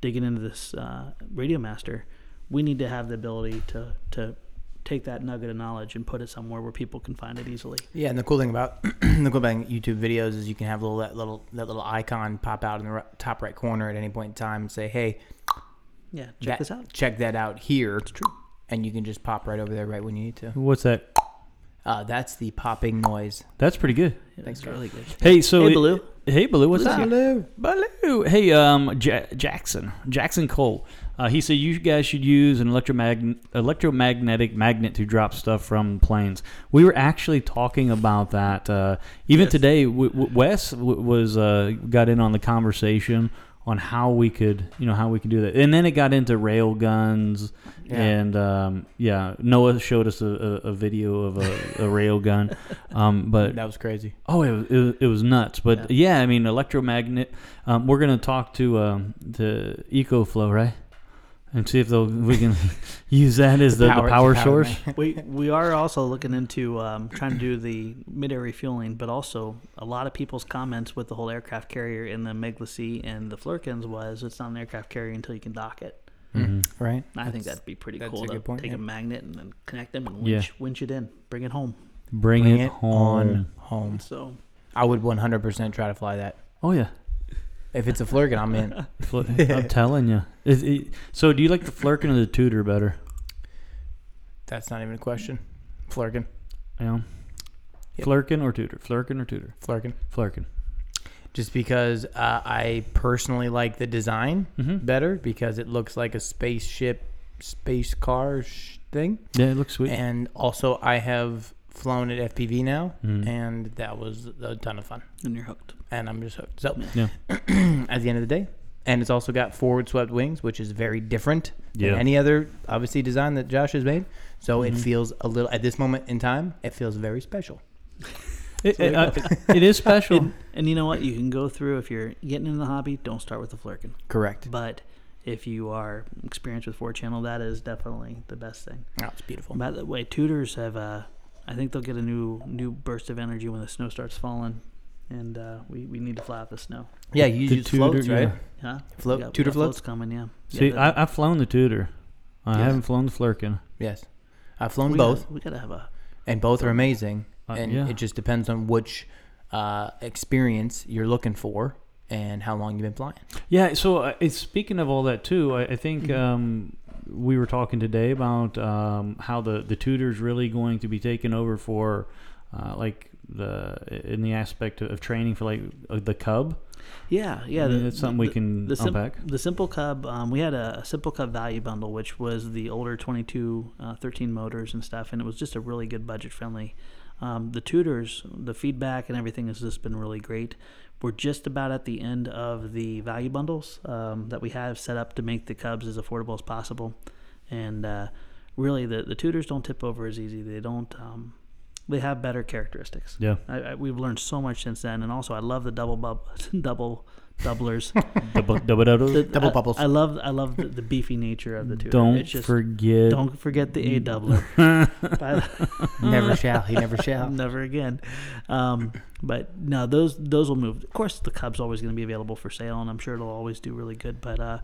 S1: digging into this uh, Radio Master, we need to have the ability to, to take that nugget of knowledge and put it somewhere where people can find it easily.
S5: Yeah, and the cool thing about the cool thing about YouTube videos is you can have little that little that little icon pop out in the ri- top right corner at any point in time and say, "Hey,
S1: Yeah, check
S5: that-
S1: this out.
S5: Check that out here." It's true. And you can just pop right over there right when you need to.
S2: What's that?
S5: Uh, that's the popping noise.
S2: That's pretty good.
S1: Thanks, really good.
S2: Hey, so
S1: Hey,
S2: it-
S1: Baloo.
S2: hey, Baloo, what's up?
S6: Hello.
S2: Baloo. Hey, um, ja- Jackson, Jackson Cole. Uh, he said you guys should use an electromagn- electromagnetic magnet to drop stuff from planes. We were actually talking about that. Uh, even today, w- w- Wes w- was uh, got in on the conversation on how we could, you know, how we could do that. And then it got into rail guns, and um, yeah, Noah showed us a, a, a video of a, a rail gun. Um, but
S5: That was crazy.
S2: Oh, it was, it was, it was nuts. But yeah, I mean, electromagnet. Um, we're gonna talk to um, to EcoFlow, right? And see if they'll we can use that as the, the power,
S5: power- the power
S2: source.
S1: we we are also looking into um, trying to do the mid-air refueling, but also a lot of people's comments with the whole aircraft carrier in the Megla Sea and the Flurkins was it's not an aircraft carrier until you can dock it.
S2: Mm-hmm.
S5: Right?
S1: I think that'd be pretty
S5: that's
S1: cool
S5: a
S1: to
S5: good point,
S1: take
S5: yeah.
S1: a magnet and then connect them and
S2: Yeah.
S1: winch, winch it in, bring it home.
S2: Bring,
S5: Bring
S2: it,
S5: it
S2: home.
S5: on home.
S1: So
S5: I would 100% try to fly that.
S2: Oh yeah,
S5: If it's a flurkin, I'm in.
S2: Fl- I'm telling you. so, do you like the Flurkin or the Tudor better?
S5: That's not even a question. Flurkin.
S2: Yeah.
S5: Yep.
S2: Flurkin or Tudor? Flurkin or Tudor?
S5: Flurkin.
S2: Flurkin.
S5: Just because uh, I personally like the design
S2: Mhm.
S5: better because it looks like a spaceship, space car sh- thing.
S2: Yeah, it looks sweet.
S5: And also, I have flown at FPV now,
S2: Mhm.
S5: and that was a ton of fun.
S1: then you're hooked.
S5: And I'm just hooked. So,
S2: Yeah.
S5: at the end of the day, and it's also got forward swept wings, which is very different
S2: Yeah.
S5: than any other obviously design that Josh has made. So it feels a little at this moment in time, it feels very special.
S2: It- it- uh, it is special.
S1: And you know what? You can go through if you're getting into the hobby. Don't start with the Flurkin,
S5: Correct.
S1: but if you are experienced with four channel, that is definitely the best thing.
S5: Oh, it's beautiful.
S1: By the way, tutors have. Uh, I think they'll get a new new burst of energy when the snow starts falling, and uh, we we need to fly out the snow.
S5: Yeah, you
S2: The
S5: use
S2: Tudor,
S5: floats, right?
S2: yeah.
S1: Huh?
S5: Float-
S1: We got- we
S5: Tudor
S1: got
S5: floats?
S1: coming. Yeah. Yeah,
S2: See,
S1: that-
S2: I, I've flown the Tudor. I
S5: Yeah.
S2: haven't flown the Flurkin.
S5: Yes. I've flown
S1: we
S5: both,
S1: Gotta, we gotta have a.
S5: and both are amazing.
S2: Uh,
S5: and
S2: yeah.
S5: it just depends on which uh, experience you're looking for and how long you've been flying.
S2: Yeah. So uh, it's speaking of all that too. I, I think
S1: Mm-hmm.
S2: um, we were talking today about um, how the the tutor's really going to be taking over for uh, like the in the aspect of training for like uh, the cub.
S1: Yeah, yeah.
S2: I mean, that's something we can
S1: the
S2: unpack.
S1: The simple cub. Um, we had a, a simple cub value bundle, which was the older 22, uh, 13 motors and stuff, and it was just a really good budget friendly. Um, the tutors, the feedback and everything has just been really great. We're just about at the end of the value bundles um, that we have set up to make the cubs as affordable as possible, and uh, really the the tutors don't tip over as easy. They don't. Um, they have better characteristics.
S2: Yeah.
S1: I, I, we've learned so much since then, and also I love the double bub, double doublers,
S2: Double, double, double.
S1: The-
S6: Double
S1: I-
S6: bubbles.
S1: I love I love the, the beefy nature of the tutor.
S2: don't
S1: It's just,
S2: forget.
S1: don't forget the a doubler. By
S5: Never shall. He never
S1: the-
S5: shall.
S1: never again. Um, but no, those those will move. Of course, the Cub's always going to be available for sale, and I'm sure it'll always do really good. But uh,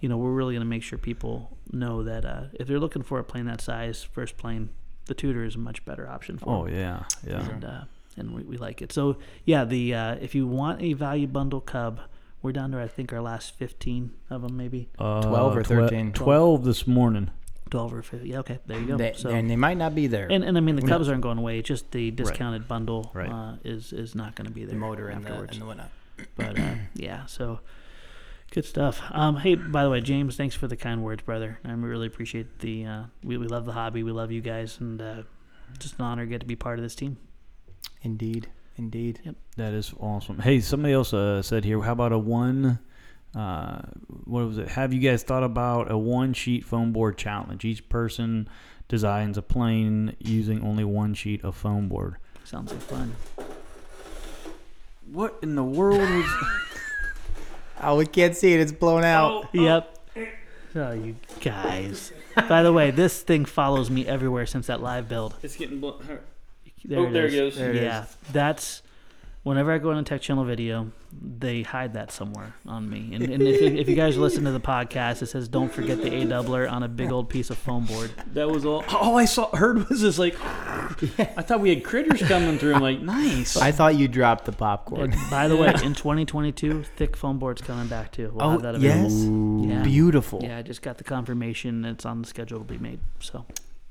S1: you know, we're really going to make sure people know that uh, if they're looking for a plane that size, first plane, the tutor is a much better option for.
S2: Oh
S1: them
S2: yeah, yeah.
S1: and uh, and we, we like it. So yeah, the uh, if you want a value bundle cub, we're down to I think our last fifteen of them, maybe
S2: Uh,
S5: 12 or
S2: twe-
S5: 13?
S2: Twelve this morning.
S1: twelve or fifteen. Yeah, okay, there you go.
S5: They,
S1: so
S5: and
S1: and,
S5: they might not be there.
S1: and I mean the cubs aren't going away. It's just the discounted bundle
S2: Right.
S1: uh, is is not going to be there
S5: the motor and the,
S1: afterwards.
S5: and the whatnot.
S1: but uh, yeah, so. Good stuff. Um, hey, by the way, James, thanks for the kind words, brother. I really appreciate the. Uh, we, we love the hobby. We love you guys, and uh, just an honor to get to be part of this team.
S5: Indeed. Indeed.
S2: That is awesome. Hey, somebody else uh, said here. How about a one? Uh, what was it? Have you guys thought about a one-sheet foam board challenge? Each person designs a plane using only one sheet of foam board.
S1: Sounds like fun.
S2: What in the world was?
S6: Oh, we can't see it. It's blown out.
S1: Yep. Oh, you guys. By the way, this thing follows me everywhere since that live build.
S2: it's getting blown.
S1: There
S2: Oh, there it goes.
S6: There it
S1: yeah, that's. Whenever I go on a tech channel video, they hide that somewhere on me. And, and if, if you guys listen to the podcast, it says "Don't forget the a doubler" on a big old piece of foam board.
S2: That was all. All I saw heard was this like. I thought we had critters coming through. I'm like, nice.
S5: I thought you dropped the popcorn.
S1: And by the way, in 2022, thick foam board's coming back too.
S6: Oh,
S1: We'll have that available. Yeah.
S5: Oh, Beautiful.
S1: Yeah, I just got the confirmation. It's on the schedule to be made. So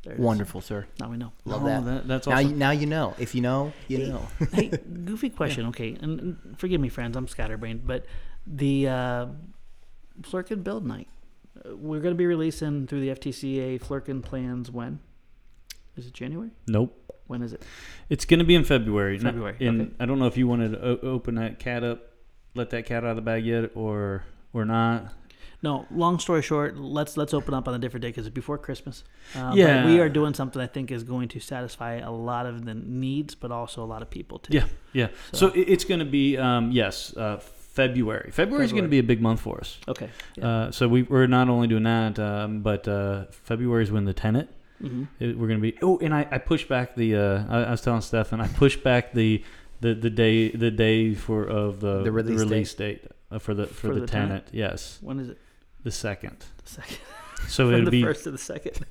S1: there it is.
S5: Wonderful, sir.
S1: Now we know.
S5: Love
S2: Oh,
S5: that.
S2: that- that's
S5: now,
S2: awesome.
S5: you, now you know. If you know, you know.
S1: hey, goofy question. Okay, and, and forgive me, friends. I'm scatterbrained, but the uh, Flurkin build night. Uh, We're going to be releasing through the FTCA Flurkin plans when? Is it January?
S2: Nope.
S1: When is it?
S2: It's going to be in February. N-
S1: February,
S2: And
S1: okay.
S2: I don't know if you wanted to o- open that cat up, let that cat out of the bag yet, or or not.
S1: No. Long story short, let's let's open up on a different day because it's before Christmas. Uh, but
S2: Yeah.
S1: we are doing something I think is going to satisfy a lot of the needs, but also a lot of people too.
S2: Yeah, yeah. So, i it's going to be um, yes, uh, February. February's going
S1: February.
S2: to be a big month for us.
S1: Okay.
S2: Uh, so we, we're not only doing that, um, but uh, February is when the tenant.
S1: Mhm.
S2: It- We're going to be. Oh, and I, I pushed back the. Uh, I, I was telling Stefan I pushed back the the, the day the day for of the
S5: The release
S2: date uh, for the for,
S1: For
S2: the,
S1: the
S2: tenant.
S1: tenant?
S2: Yes,
S1: When is it?
S2: the second.
S1: The second.
S2: So
S1: From
S2: it'll
S1: the
S2: be
S1: first to the second.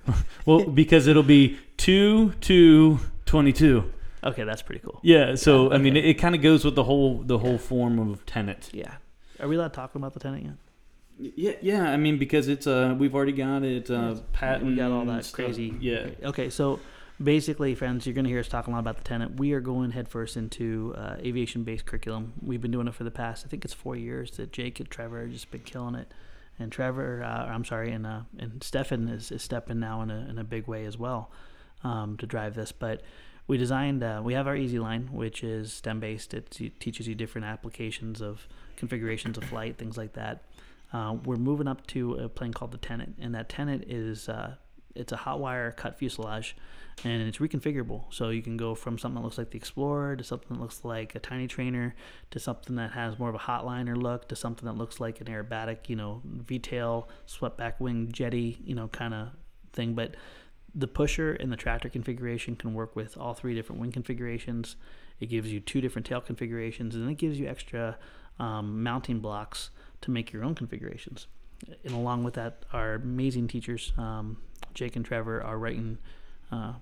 S2: well because it'll be two two twenty two.
S1: Okay, that's pretty cool.
S2: Yeah. So I mean, it, it kind of goes with the whole the whole form of tenant.
S1: Yeah. Are we allowed to talk about the tenant yet?
S2: Yeah, yeah. I mean, because it's uh, we've already got it uh, patent.
S1: we got all that
S2: stuff.
S1: crazy.
S2: Yeah,
S1: Okay, so basically, friends, you're going to hear us talk a lot about the tenant. We are going headfirst into uh, aviation-based curriculum. We've been doing it for the past, I think it's four years. That Jake and Trevor have just been killing it, and Trevor, uh, I'm sorry, and uh, and Stefan is, is stepping now in a in a big way as well um, to drive this, but. We designed. Uh, we have our Easy Line, which is STEM-based. It te- teaches you different applications of configurations of flight, things like that. Uh, we're moving up to a plane called the Tenant, and that Tenant is uh, it's a hot wire cut fuselage, and it's reconfigurable. So you can go from something that looks like the Explorer to something that looks like a tiny trainer to something that has more of a hotliner look to something that looks like an aerobatic, you know, V tail, swept back wing jetty, you know, kind of thing. But the pusher and the tractor configuration can work with all three different wing configurations. It gives you two different tail configurations, and it gives you extra um, mounting blocks to make your own configurations. And along with that, our amazing teachers, um, Jake and Trevor, are writing uh,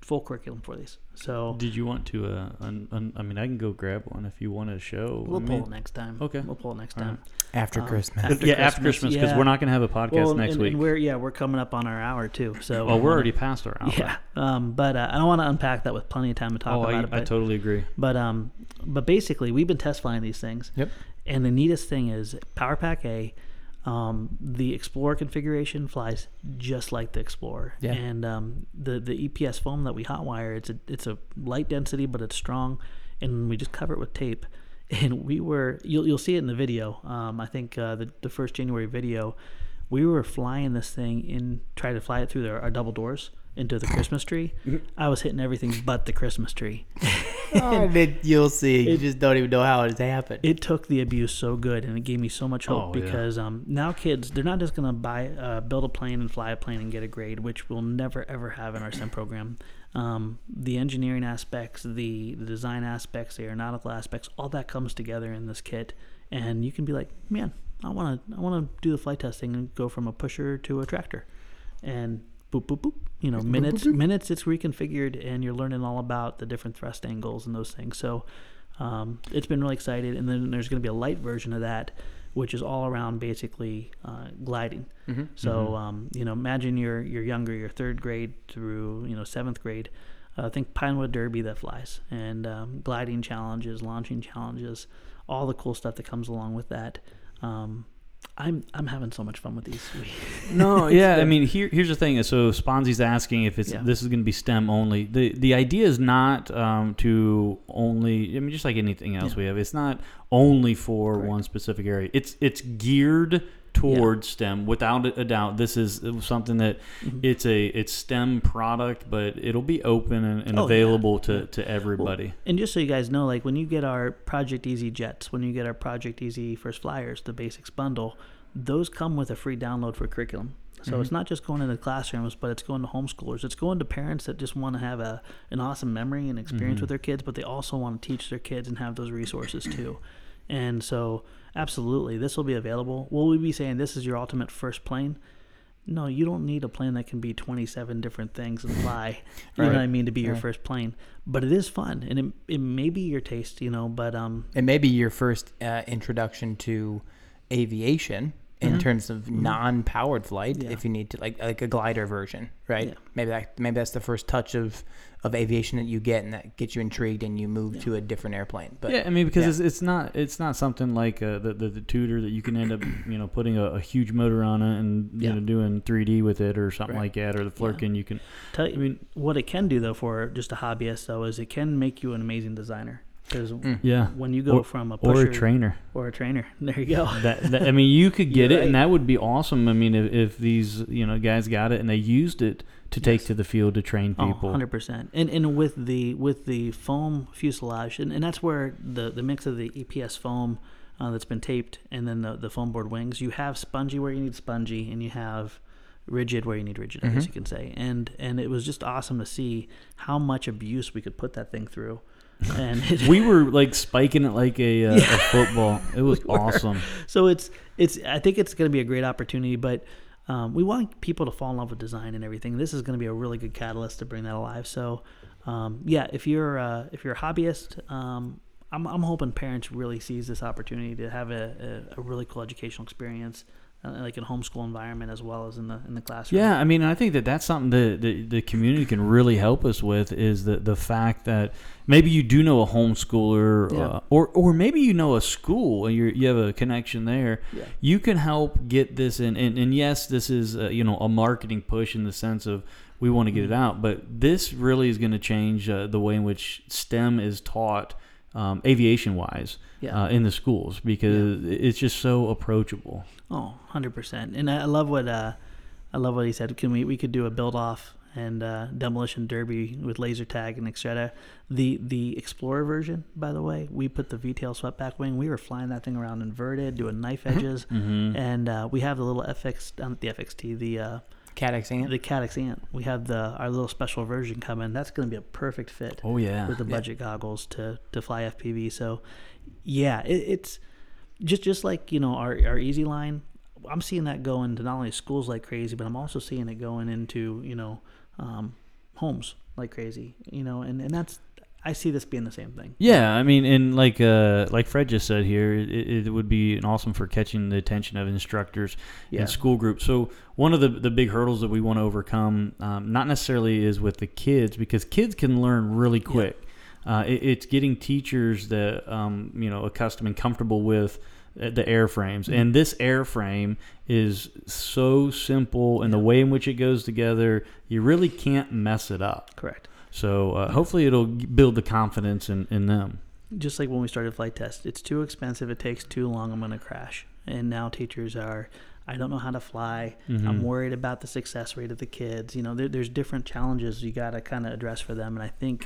S1: full curriculum for these. So
S2: Did you want to? Uh, un, un, I mean, I can go grab one if you want to show.
S1: we'll
S2: I
S1: pull
S2: mean-
S1: it next time.
S2: Okay.
S1: We'll pull it next
S2: All
S1: time.
S5: after
S1: Um,
S5: Christmas.
S1: after
S2: yeah, after Christmas because
S1: yeah.
S2: we're not going to have a podcast
S1: Well,
S2: next
S1: and,
S2: week.
S1: And we're yeah, we're coming up on our hour too. So
S2: well, we're already past our hour.
S1: yeah. Um, but uh, I don't want to unpack that with plenty of time to talk
S2: Oh,
S1: about
S2: I,
S1: it. But,
S2: I totally agree.
S1: but um, but basically, we've been test flying these things.
S5: Yep.
S1: And the neatest thing is Power Pack A. Um, the Explorer configuration flies just like the Explorer,
S5: Yeah.
S1: and um, the the EPS foam that we hotwire it's a it's a light density but it's strong, and we just cover it with tape. And we were you'll you'll see it in the video. Um, I think uh, the the first January video, we were flying this thing in trying to fly it through our, our double doors into the Christmas tree. I was hitting everything but the Christmas tree.
S5: Oh, that you'll see. you just don't even know how it's happened.
S1: it took the abuse so good and it gave me so much hope
S2: Oh, yeah.
S1: because um, now kids they're not just going to buy uh, build a plane and fly a plane and get a grade which we'll never ever have in our sim program um, the engineering aspects the, the design aspects the aeronautical aspects all that comes together in this kit and you can be like man i want to i want to do the flight testing and go from a pusher to a tractor and boop boop boop you know minutes minutes it's reconfigured and you're learning all about the different thrust angles and those things so um, it's been really excited and then there's going to be a light version of that which is all around basically uh, gliding so Um, you know imagine you're you're younger you're third grade through you know seventh grade uh, think pinewood derby that flies and um, gliding challenges launching challenges all the cool stuff that comes along with that um, I'm, I'm having so much fun with these.
S2: No, yeah. I mean, here, here's the thing. is, So Sponzi's asking if it's
S1: Yeah.
S2: this is going to be STEM only. the The idea is not um, to only. I mean, just like anything else
S1: Yeah.
S2: we have, it's not only for one specific area. It's it's geared towards STEM without a doubt. This is something that
S1: Mm-hmm.
S2: it's a it's STEM product, but it'll be open and, and
S1: Oh, yeah.
S2: available to to everybody.
S1: And just so you guys know, like when you get our Project Easy Jets, when you get our Project Easy First Flyers, the basics bundle, those come with a free download for curriculum. So it's not just going into classrooms, but it's going to homeschoolers. It's going to parents that just want to have a an awesome memory and experience with their kids, but they also want to teach their kids and have those resources too. And so, absolutely, this will be available. Will we be saying this is your ultimate first plane? No, you don't need a plane that can be 27 different things and fly. You know what I mean? To be your first plane. But it is fun and it, it may be your taste, you know, but um,
S5: It may be your first uh, introduction to aviation in terms of non-powered flight. If you need to, like like a glider version, right?
S1: Yeah.
S5: Maybe that maybe that's the first touch of of aviation that you get, and that gets you intrigued, and you move to a different airplane. But
S2: yeah, I mean because it's, it's not it's not something like uh, the, the the tutor that you can end up you know putting a, a huge motor on it and you
S1: Yeah.
S2: know doing 3D with it or something like that or the flirkin you can.
S1: tell you,
S2: I mean-
S1: what it can do though for just a hobbyist though is it can make you an amazing designer. Because
S2: Yeah.
S1: when you go
S2: Mm. Or-
S1: from a
S2: or
S1: pusher
S2: a trainer.
S1: or a trainer, there you go.
S2: That, that I mean, you could get
S1: You're
S2: it, and
S1: right.
S2: that would be awesome. I mean, if, if these you know guys got it and they used it to take to the field to train
S1: Oh,
S2: people.
S1: 100%. And and with the with the foam fuselage and, and that's where the the mix of the EPS foam uh, that's been taped and then the the foam board wings, you have spongy where you need spongy and you have rigid where you need rigid,
S2: Mm-hmm.
S1: I guess you can say. And and it was just awesome to see how much abuse we could put that thing through. And it,
S2: we were like spiking it like a, uh, a football. It was awesome.
S1: so it's it's I think it's going to be a great opportunity, but um, we want people to fall in love with design and everything. This is going to be a really good catalyst to bring that alive. So um, yeah, if you're uh, if you're a hobbyist, um, I'm I'm hoping parents really seize this opportunity to have a, a, a really cool educational experience, uh, like in homeschool environment as well as in the in the classroom.
S2: Yeah, I mean, I think that that's something that the, the community can really help us with is the, the fact that maybe you do know a homeschooler, uh, or or maybe you know a school and you you have a connection there. Yeah. You can help get this in, and, and yes, this is uh, you know a marketing push in the sense of we want to get it
S1: Mm-hmm.
S2: out, but this really is going to change uh, the way in which STEM is taught. Um, aviation wise
S1: Yeah.
S2: uh, in the schools because it's just so approachable
S1: Oh, 100%. And I I love what uh, I love what he said. Can we we could do a build off and uh, demolition derby with laser tag and etc. The the Explorer version, by the way, we put the V-tail swept wing. We were flying that thing around inverted, doing knife edges, and uh, we have the little FX, uh, not the FXT, the uh,
S5: cadexing it.
S1: the Cadex Ant. We have the our little special version coming. That's going to be a perfect fit.
S2: Oh, yeah.
S1: with the budget goggles to to fly FPV. So yeah, it, it's just just like you know our our Easy Line. I'm seeing that go into not only schools like crazy, but I'm also seeing it going into you know um, homes. like crazy, you know, and, and that's I see this being the same thing.
S2: Yeah, I mean, and like uh, like Fred just said here, it, it would be an awesome for catching the attention of instructors
S1: Yeah.
S2: and school groups. So one of the the big hurdles that we want to overcome, um, not necessarily is with the kids, because kids can learn really quick. Uh, it, it's getting teachers that um, you know accustomed and comfortable with uh, the airframes, and this airframe is so simple, and the way in which it goes together, you really can't mess it up.
S1: Correct.
S2: So uh, hopefully it'll g- build the confidence in, in them.
S1: Just like when we started flight test, it's too expensive. It takes too long. I'm going to crash. And now teachers are, I don't know how to fly.
S2: Mm-hmm.
S1: I'm worried about the success rate of the kids. You know, there, there's different challenges you got to kind of address for them. And I think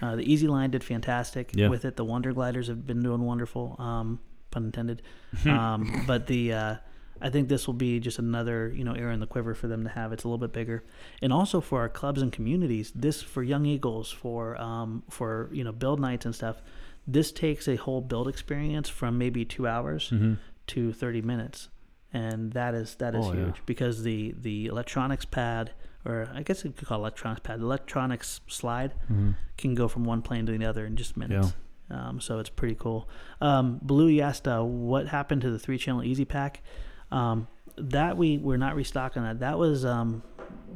S1: uh, the Easy Line did fantastic
S2: Yeah.
S1: with it. The Wonder Gliders have been doing wonderful, um, pun intended. um, but the uh, I think this will be just another you know arrow in the quiver for them to have. It's a little bit bigger, and also for our clubs and communities. This for Young Eagles for um, for you know build nights and stuff. This takes a whole build experience from maybe two hours to thirty minutes, and that is that is
S2: Mm-hmm. Oh, yeah.
S1: huge because the the electronics pad or I guess you could call it electronics pad electronics slide can go from one plane to the other in just minutes. Um, so it's pretty cool. Um, Blue Yasta, what happened to the three channel Easy Pack? Um, that we we're not restocking that. That was um,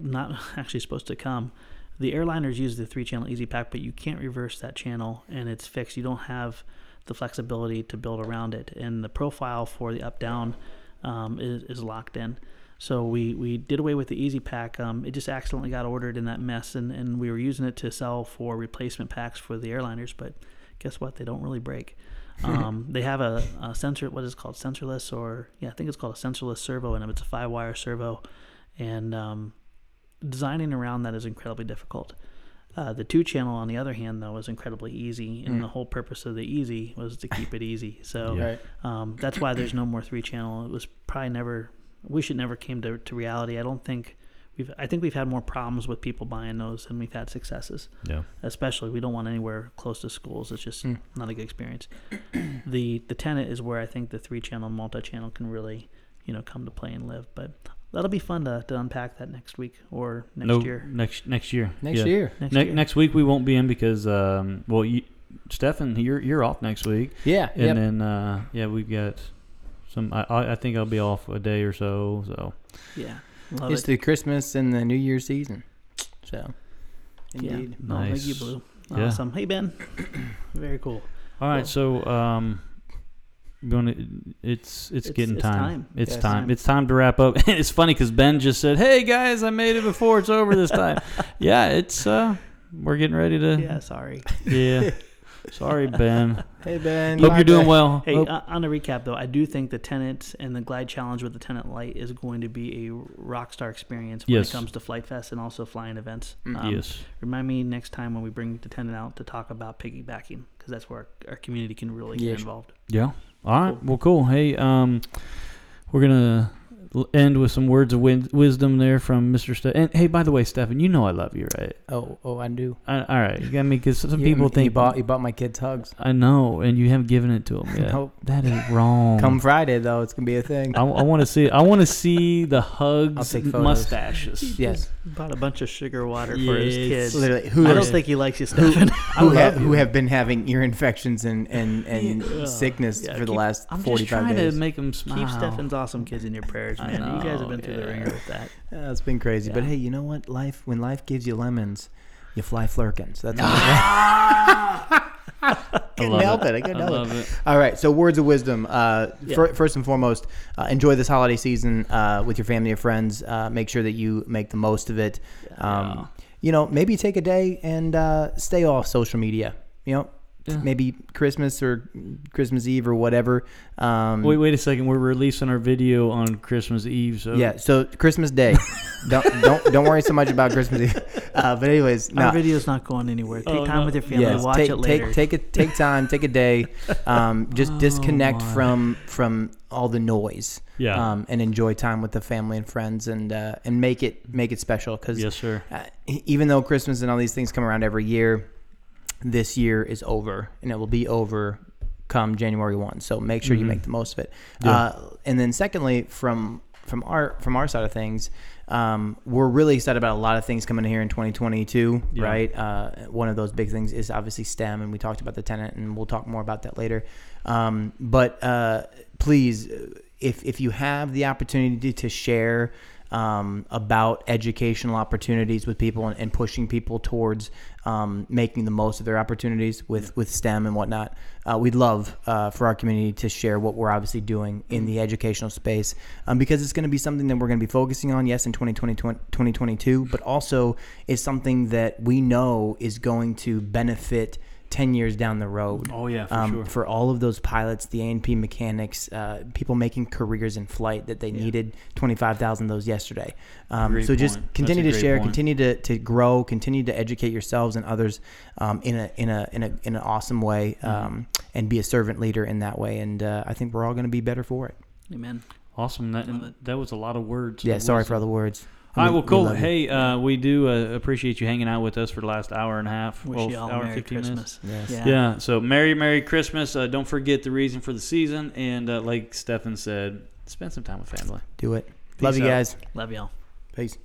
S1: not actually supposed to come. The airliners use the three channel Easy Pack, but you can't reverse that channel, and it's fixed. You don't have the flexibility to build around it, and the profile for the up down um, is, is locked in. So we, we did away with the Easy Pack. Um, it just accidentally got ordered in that mess, and, and we were using it to sell for replacement packs for the airliners. But guess what? They don't really break. Um, they have a, a sensor. What is it called sensorless, or yeah, I think it's called a sensorless servo in them. It's a five wire servo, and um, designing around that is incredibly difficult. Uh, the two channel, on the other hand, though, is incredibly easy, and the whole purpose of the easy was to keep it easy. So
S2: Yeah.
S5: Right.
S1: um, that's why there's no more three channel. It was probably never. Wish it never came to, to reality. I don't think we've. I think we've had more problems with people buying those than we've had successes
S2: Yeah.
S1: especially we don't want anywhere close to schools it's just
S2: Hmm.
S1: not a good experience the the tenant is where i think the three channel and multi-channel can really you know come to play and live but that'll be fun to, to unpack that next week or next
S2: no,
S1: year
S2: Next next year.
S5: Next
S2: Yeah.
S5: year.
S1: next
S2: Ne-
S1: year
S2: next week we won't be in because um well you, Stefan you're you're off next week
S5: Yeah.
S2: and
S5: yep.
S2: then uh yeah we've got some I- I I think I'll be off a day or so so
S1: yeah
S2: uh,
S1: love
S5: it's
S1: it
S5: the Christmas and the New Year season. So,
S1: yeah
S5: indeed.
S1: No, thank you
S2: Nice.
S1: blue
S2: Yeah.
S1: awesome hey ben very cool
S2: all right
S1: Cool.
S2: so um you wanna- it's it's
S1: It's-
S2: getting
S1: it's
S2: time.
S1: time.
S2: It's
S5: Yeah, it's
S2: time
S1: time.
S2: it's time to wrap up it's funny because Ben just said hey guys I made it before it's over this time yeah it's uh we're getting ready to
S1: yeah sorry
S2: Yeah. Sorry, Ben.
S5: Hey Ben.
S2: Hope
S5: my
S2: you're doing
S5: bad.
S2: well.
S1: hey
S2: Hope-
S1: uh, on a recap though i do think the tenant and the glide challenge with the tenant light is going to be a rock star experience when
S2: Yes. Mm-hmm.
S1: it comes to flight fest and also flying events Um,
S2: yes.
S1: Remind me next time when we bring the tenant out to talk about piggybacking because that's where our, our community can really get
S5: Yeah, sure.
S1: involved.
S2: Yeah. All right. Well, cool. Hey, um, we're gonna l- end with some words of win- wisdom there from Mr. Ste- and hey, by the way, Stefan, you know I love you, right?
S5: Oh, oh, I do.
S2: I, all right. I mean, because some
S5: You-
S2: people
S5: you
S2: think
S5: bought you bought my kids hugs.
S2: I know, and you haven't given it to them yet.
S5: Nope.
S2: That is wrong.
S5: Come Friday though, it's gonna be a thing.
S2: Um, I, want to see. I want to see the hugs,
S5: take photos.
S2: mustaches.
S5: yes.
S1: Bought a bunch of sugar water for his
S2: Yes.
S1: kids.
S6: Literally, who
S1: I
S6: are-
S1: don't think he likes you, Stefan.
S5: Who
S6: love
S5: have,
S6: you.
S5: who have been having ear infections and and, and sickness
S1: Yeah,
S5: for the
S1: keep-
S5: last
S2: I'm just
S5: 45
S2: trying
S5: days.
S2: to make them smile.
S1: Keep Stefan's awesome kids in your prayers,
S2: I
S1: man. you guys
S2: know,
S1: have been through the
S2: yeah.
S1: ringer with that.
S5: Yeah, it's been crazy, but
S1: Yeah.
S5: hey, you know what? Life when life gives you lemons, you fly flirkins. That's all.
S2: I
S5: couldn't
S2: love
S5: help it. I couldn't help it. All right. So words of wisdom. Uh,
S1: Yeah.
S5: fir- first and foremost, uh, enjoy this holiday season uh, with your family or friends. Uh, make sure that you make the most of it. Um, You know, maybe take a day and uh, stay off social media. You know,
S2: Yeah.
S5: maybe Christmas or Christmas Eve or whatever. Um,
S2: Wait, wait a second. We're releasing our video on Christmas Eve, so
S5: yeah. So Christmas Day. don't don't don't worry so much about Christmas Eve. Uh, but anyways, no.
S1: Our video's not going anywhere. Take
S2: Oh,
S1: time
S2: no.
S1: with your family.
S5: Yes,
S1: Watch
S5: take,
S1: it later.
S5: Take take it take time, take a day, um, just disconnect
S2: my.
S5: from from all the noise,
S2: Yeah.
S5: um, and enjoy time with the family and friends, and uh, and make it make it special because
S2: Yes, sir.
S5: uh, even though Christmas and all these things come around every year, this year is over, and it will be over come January one. So make sure you make the most of it. Uh, and then secondly, from from our from our side of things, um, we're really excited about a lot of things coming here in 2022,
S2: Yeah.
S5: right? Uh, one of those big things is obviously STEM, and we talked about the tenant, and we'll talk more about that later. Um, but uh, please, if if you have the opportunity to share. Um, about educational opportunities with people and, and pushing people towards um, making the most of their opportunities with, with STEM and whatnot. Uh, we'd love uh, for our community to share what we're obviously doing in the educational space um, because it's going to be something that we're going to be focusing on, yes, in 2020, 2022, but also is something that we know is going to benefit 10 years down the road
S2: Oh, yeah, for sure.
S5: um, for all of those pilots, the A&P mechanics, uh, people making careers in flight that they needed 25,000 of those yesterday. Um,
S2: Great
S5: so just
S2: point. That's
S5: continue
S2: a
S5: to
S2: great
S5: share,
S2: point.
S5: continue to, to grow, continue to educate yourselves and others um, in, a, in, a, in, a, in an awesome way
S2: Mm-hmm.
S5: um, and be a servant leader in that way. And uh, I think we're all going to be better for it.
S1: Amen.
S2: Awesome. That, and that was a lot of words.
S5: Yeah,
S2: That
S5: sorry
S2: was-
S5: for all the words.
S2: All right,
S5: We-
S2: well,
S5: we
S2: cool.
S5: love you.
S2: Hey, uh, we do uh, appreciate you hanging out with us for the last hour and a half.
S1: Wish
S2: well,
S1: you all a
S2: hour and
S1: Merry
S2: 15 minutes.
S1: Christmas.
S5: Yes.
S1: Yeah.
S2: Yeah. So, Merry, Merry Christmas. Uh, don't forget the reason for the season. And uh, like Stefan said, spend some time with family.
S5: Do it. love you
S2: out.
S5: guys.
S1: Love y'all.
S5: Peace.